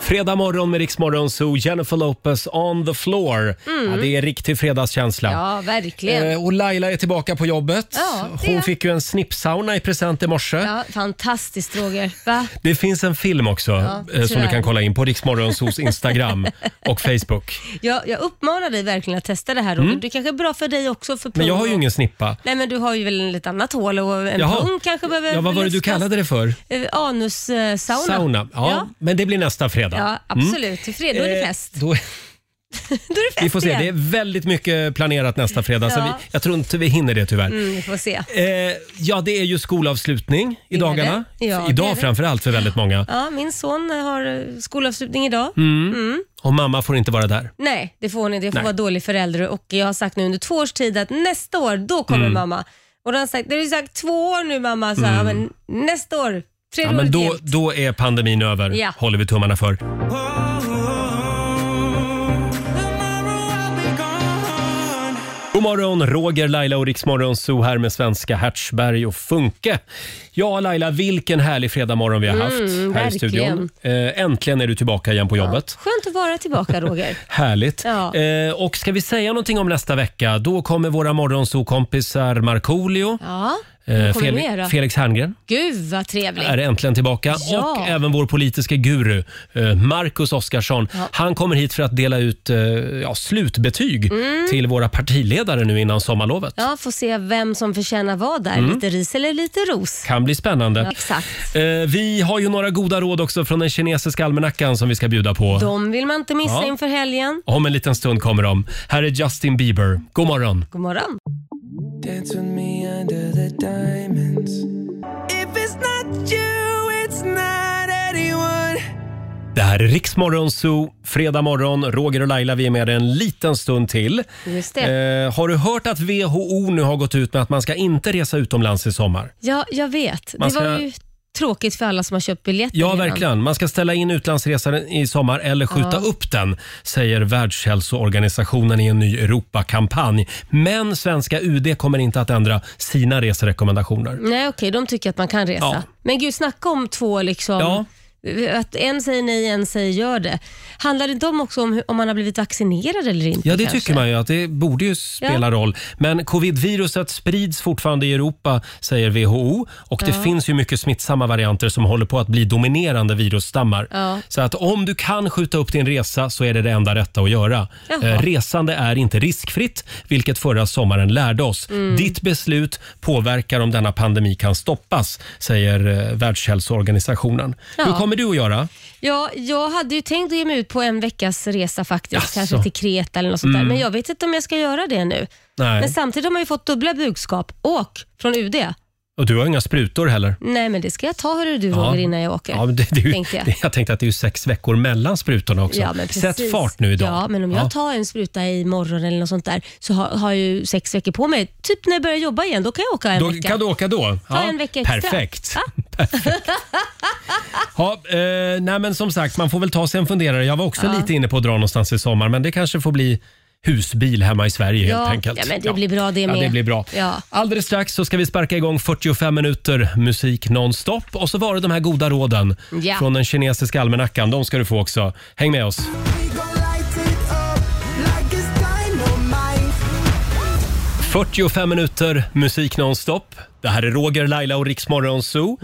Fredag morgon med Riksmorgon Zoo, Jennifer Lopez on the floor.
Mm.
Ja, det är riktig fredagskänsla.
Ja, verkligen.
Eh, och Laila är tillbaka på jobbet.
Ja, det är-
Hon fick ju en snippsauna i present i morse.
Ja, fantastiskt Roger. Va?
Det finns en film också
Ja,
eh, som du
tyvärr.
kan kolla in på Riksmorgonsos Instagram och Facebook.
Jag, jag uppmanar dig verkligen att testa det här Roger. Det kanske är bra för dig också. För
Mm. Men jag
pung
har ju
och-
ingen snippa.
Nej, men du har ju väl en lite annat hål och en
Jaha.
pung kanske behöver
Ja, vad var det du
läskas.
kallade det för?
Eh, Anussauna.
Sauna. Ja,
ja.
men det blir nästa fredag.
Ja,
Mm.
absolut. Till fredag, då är det
Eh,
fest.
Då,
Då är det fest
vi får se.
igen.
Det är väldigt mycket planerat nästa fredag, så
Ja.
vi, jag tror inte vi hinner det tyvärr.
Mm, vi får se.
Eh, ja, det är ju skolavslutning i dagarna.
det. Ja,
F-
det är
Idag
det.
framförallt för väldigt många.
Ja, min son har eh, skolavslutning idag.
Mm.
Mm.
Och mamma får inte vara där.
Nej, det får hon inte. Jag får
Nej.
vara dålig förälder och jag har sagt nu under två års tid att nästa år, då kommer
Mm.
mamma. Och då har jag sagt, det har du sagt två år nu mamma, så
Mm.
ja, men nästa år, tredje
Ja, men
året
då,
till.
då är pandemin över,
Ja.
håller vi tummarna för. God morgon, Roger, Laila och Riksmorgon Zoo här med svenska Hertzberg och Funke. Ja, Laila, vilken härlig fredagmorgon vi har haft
Mm,
här i
verkligen.
studion. Eh, Äntligen är du tillbaka igen på jobbet.
Skönt att vara tillbaka Roger.
Härligt.
Ja.
Eh, och ska vi säga någonting om nästa vecka? Då kommer våra morgonsokompisar Markoolio,
Ja,
eh,
eh, kommer
Fel-
mera.
Felix Herngren
Gud vad trevligt.
är äntligen tillbaka
Ja.
och även vår politiska guru eh, Marcus Oskarsson.
Ja.
Han kommer hit för att dela ut eh, ja, slutbetyg
Mm.
till våra partiledare nu innan sommarlovet.
Ja, får se vem som förtjänar vad där.
Mm.
Lite ris eller lite ros.
Kan bli spännande.
Ja, exakt.
Eh, vi har ju några goda råd också från den kinesiska almanackan som vi ska bjuda på.
De vill man inte missa
Ja.
inför helgen.
Om en liten stund kommer de. Här är Justin Bieber. God morgon.
God morgon.
Dance with me under the diamonds. If it's not you, it's not anyone.
Det här är Riksmorgon Zoo, fredag morgon. Roger och Laila, vi är med dig en liten stund till.
Just det.
Eh, har du hört att WHO nu har gått ut med att man ska inte resa utomlands i sommar?
Ja, jag vet.
Man
Det
ska-
var ju tråkigt för alla som har köpt biljetter
Ja,
redan.
verkligen. Man ska ställa in utlandsresan i sommar eller skjuta
Ja.
upp den, säger Världshälsoorganisationen i en ny Europakampanj. Men svenska UD kommer inte att ändra sina reserekommendationer.
Nej, okej, de tycker att man kan resa.
Ja.
Men gud, snacka om två liksom... Att en säger nej, en säger gör det. Handlar det inte om också om hur- om man har blivit vaccinerad eller inte?
Ja, det
kanske?
tycker man ju att det borde ju spela
Ja.
roll. Men covidviruset sprids fortfarande i Europa, säger WHO. Och det
Ja.
finns ju mycket smittsamma varianter som håller på att bli dominerande virusstammar.
Ja.
Så att om du kan skjuta upp din resa så är det det enda rätta att göra.
Jaha.
Eh, resande är inte riskfritt, vilket förra sommaren lärde oss.
Mm.
Ditt beslut påverkar om denna pandemi kan stoppas, säger eh, Världshälsoorganisationen.
Ja.
Hur kommer du att göra?
Ja, jag hade ju tänkt att ge mig ut på en veckas resa faktiskt.
Jaså?
Kanske till Kreta eller något sånt
Mm.
där. Men jag vet inte om jag ska göra det nu.
Nej.
Men samtidigt har man ju fått dubbla budskap. Åk från UD.
Och du har inga sprutor heller.
Nej, men det ska jag ta hörru du Roger innan jag åker.
Ja, men det, det, är ju-
tänkte jag.
Det, jag tänkte att det är ju sex veckor mellan sprutorna också.
Ja, men precis.
Sätt fart nu idag.
Ja, men om jag tar en spruta imorgon eller något sånt där så har, har jag ju sex veckor på mig. Typ när jag börjar jobba igen, då kan jag åka en
då,
vecka.
Kan du åka då?
Ta en vecka extra. Ah.
Perfekt. Perfekt. ja, eh, nej, men som sagt, man får väl ta sig en funderare. Jag var också
Ja.
lite inne på att dra någonstans i sommar, men det kanske får bli husbil hemma i Sverige
ja,
helt enkelt.
Ja, men det blir bra det
Ja,
med.
det blir bra.
Ja.
Alldeles strax så ska vi sparka igång 45 minuter musik nonstop. Och så var det de här goda råden
Ja.
från den kinesiska almanackan. De ska du få också. Häng med oss.
We gon' light it up like it's dynamite.
45 minuter musik nonstop. Det här är Roger, Laila och Riksmorgon Zoo.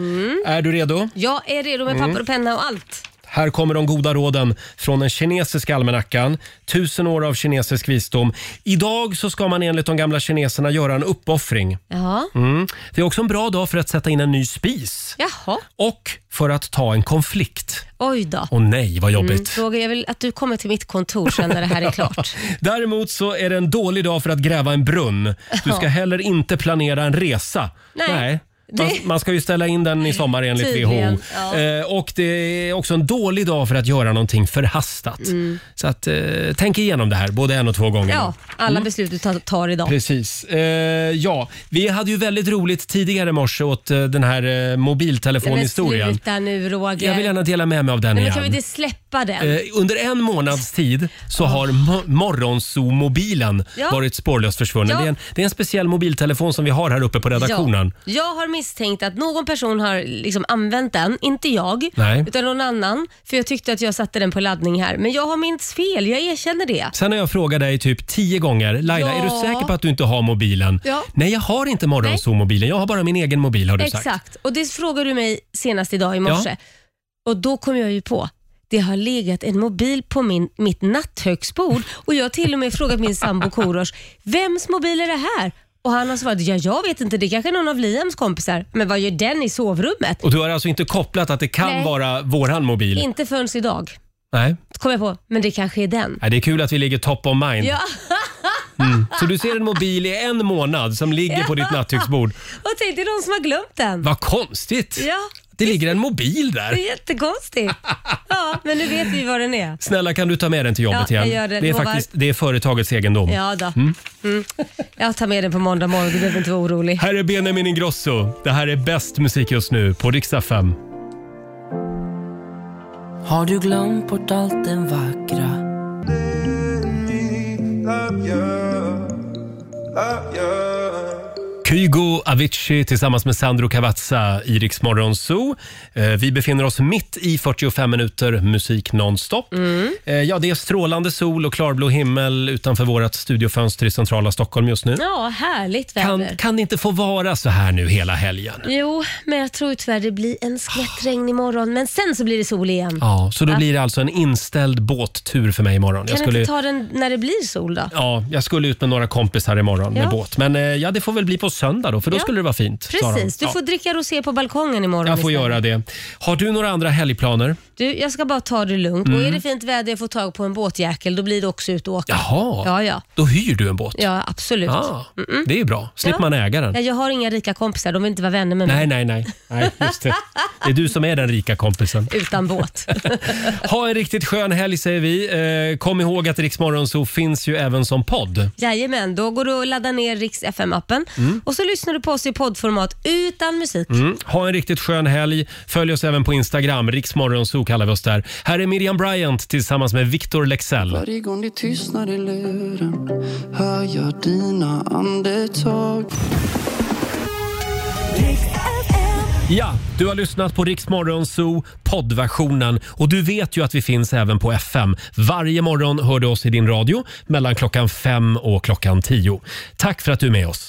Är du redo?
Jag är redo med
Mm.
papper och penna och allt.
Här kommer de goda råden från den kinesiska almanackan. Tusen år av kinesisk visdom. Idag så ska man enligt de gamla kineserna göra en uppoffring.
Ja.
Mm. Det är också en bra dag för att sätta in en ny spis
Jaha.
och för att ta en konflikt.
Oj då.
Åh nej, vad jobbigt.
Mm, Roger, jag vill att du kommer till mitt kontor sen när det här är klart.
Däremot så är det en dålig dag för att gräva en brunn. Du ska
Ja.
heller inte planera en resa.
Nej.
Man,
Det-
man ska ju ställa in den i sommar enligt
Tydligen,
WHO.
ja.
Eh, och det är också en dålig dag för att göra någonting förhastat.
Mm.
Så att, eh, tänk igenom det här både en och två gånger.
Ja, alla beslut du tar, tar idag.
Mm. Precis. Eh, ja, vi hade ju väldigt roligt tidigare i morse åt eh, den här eh,
Nej,
mobiltelefonhistorien.
men sluta nu Roger.
Jag vill gärna dela med mig av den
Nej, men
igen.
kan vi inte släppa den?
Eh, under en månads tid så har mo- Morgonzoo-mobilen
Ja.
varit spårlöst försvunnen.
Ja.
Det, är en, det är en speciell mobiltelefon som vi har här uppe på redaktionen.
Ja, jag har misstänkt att någon person har liksom använt den, inte jag,
Nej.
utan någon annan. För jag tyckte att jag satte den på laddning här. Men jag har minns fel, jag erkänner det.
Sen har jag frågat dig typ tio gånger, Laila
Ja.
är du säker på att du inte har mobilen?
Ja.
Nej, jag har inte Morgonzoo-mobilen. Jag har bara min egen mobil har du
Exakt.
sagt.
Och det frågade du mig senast idag i morse. Och då kom jag ju på, det har legat en mobil på min, mitt natthögsbord och jag har till och med frågat min sambo Korosh, vems mobil är det här? Och han har svarat, ja jag vet inte, det är kanske någon av Liams kompisar. Men vad gör den i sovrummet?
Och du har alltså inte kopplat att det kan
Nej.
vara våran mobil?
Inte förrän idag.
Nej.
kom jag på, men det kanske är den.
Nej, det är kul att vi ligger top of mind.
Ja,
Mm. Så du ser en mobil i en månad som ligger på ditt nattduksbord.
och tänk det är någon som har glömt den.
Vad konstigt!
Ja,
Det ligger en mobil där.
det är jättekonstigt. Ja, men nu vet vi vad den är.
Snälla kan du ta med den till jobbet
Ja, jag
igen?
gör det.
är
Lovar.
faktiskt det är företagets egendom.
Ja då.
Mm.
Mm. Jag tar med den på måndag morgon, du behöver inte vara orolig.
Här är Benjamin Ingrosso. Det här är bäst musik just nu på riksdag 5.
Har du glömt bort allt den vackra?
Kygo Avicii tillsammans med Sandro Cavazza i Rix Morgon Zoo. Eh, Vi befinner oss mitt i 45 minuter musik nonstop.
Mm.
Eh, Ja, det är strålande sol och klarblå himmel utanför vårt studiofönster i centrala Stockholm just nu.
Ja, härligt
Kan,
väder.
kan det inte få vara så här nu hela helgen?
Jo, men jag tror tyvärr det blir en skvätt regn imorgon, men sen så blir det sol igen.
Ja, så då blir det alltså en inställd båttur för mig imorgon.
Kan inte ta den när det blir sol då?
Ja, jag skulle ut med några kompisar imorgon
Ja.
med båt. Men eh, ja, det får väl bli på söndag då, för då
Ja.
skulle det vara fint. sa de.
Precis, du
ja.
får dricka rosé på balkongen imorgon
Jag får
istället.
göra det. Har du några andra helgplaner?
Du, jag ska bara ta det lugnt. Och är
Mm.
det fint väder och får tag på en båtjäkel, då blir det också ut och åka.
Jaha,
Ja, ja.
då hyr du en båt?
Ja, absolut.
Ah,
Mm-mm.
Det är ju bra. Slipper
Ja.
man äga den.
Ja, jag har inga rika kompisar, de vill inte vara vänner med
Nej,
mig.
nej, nej. nej just det. det är du som är den rika kompisen.
Utan båt.
Ha en riktigt skön helg säger vi. Eh, kom ihåg att Rix Morgonzoo finns ju även som podd.
Jajamän, då går du och laddar ner Rix FM-appen
Mm.
och så lyssnar du på oss i poddformat utan musik.
Mm. Ha en riktigt skön helg. Följ oss även på Instagram. Riksmorgonzoo kallar vi oss där. Här är Miriam Bryant tillsammans med Victor Lexell.
Varje gång det tystnar i luren hör jag dina andetag.
Ja, du har lyssnat på Riksmorgonzoo poddversionen och du vet ju att vi finns även på FM. Varje morgon hör du oss i din radio mellan klockan fem och klockan tio. Tack för att du är med oss.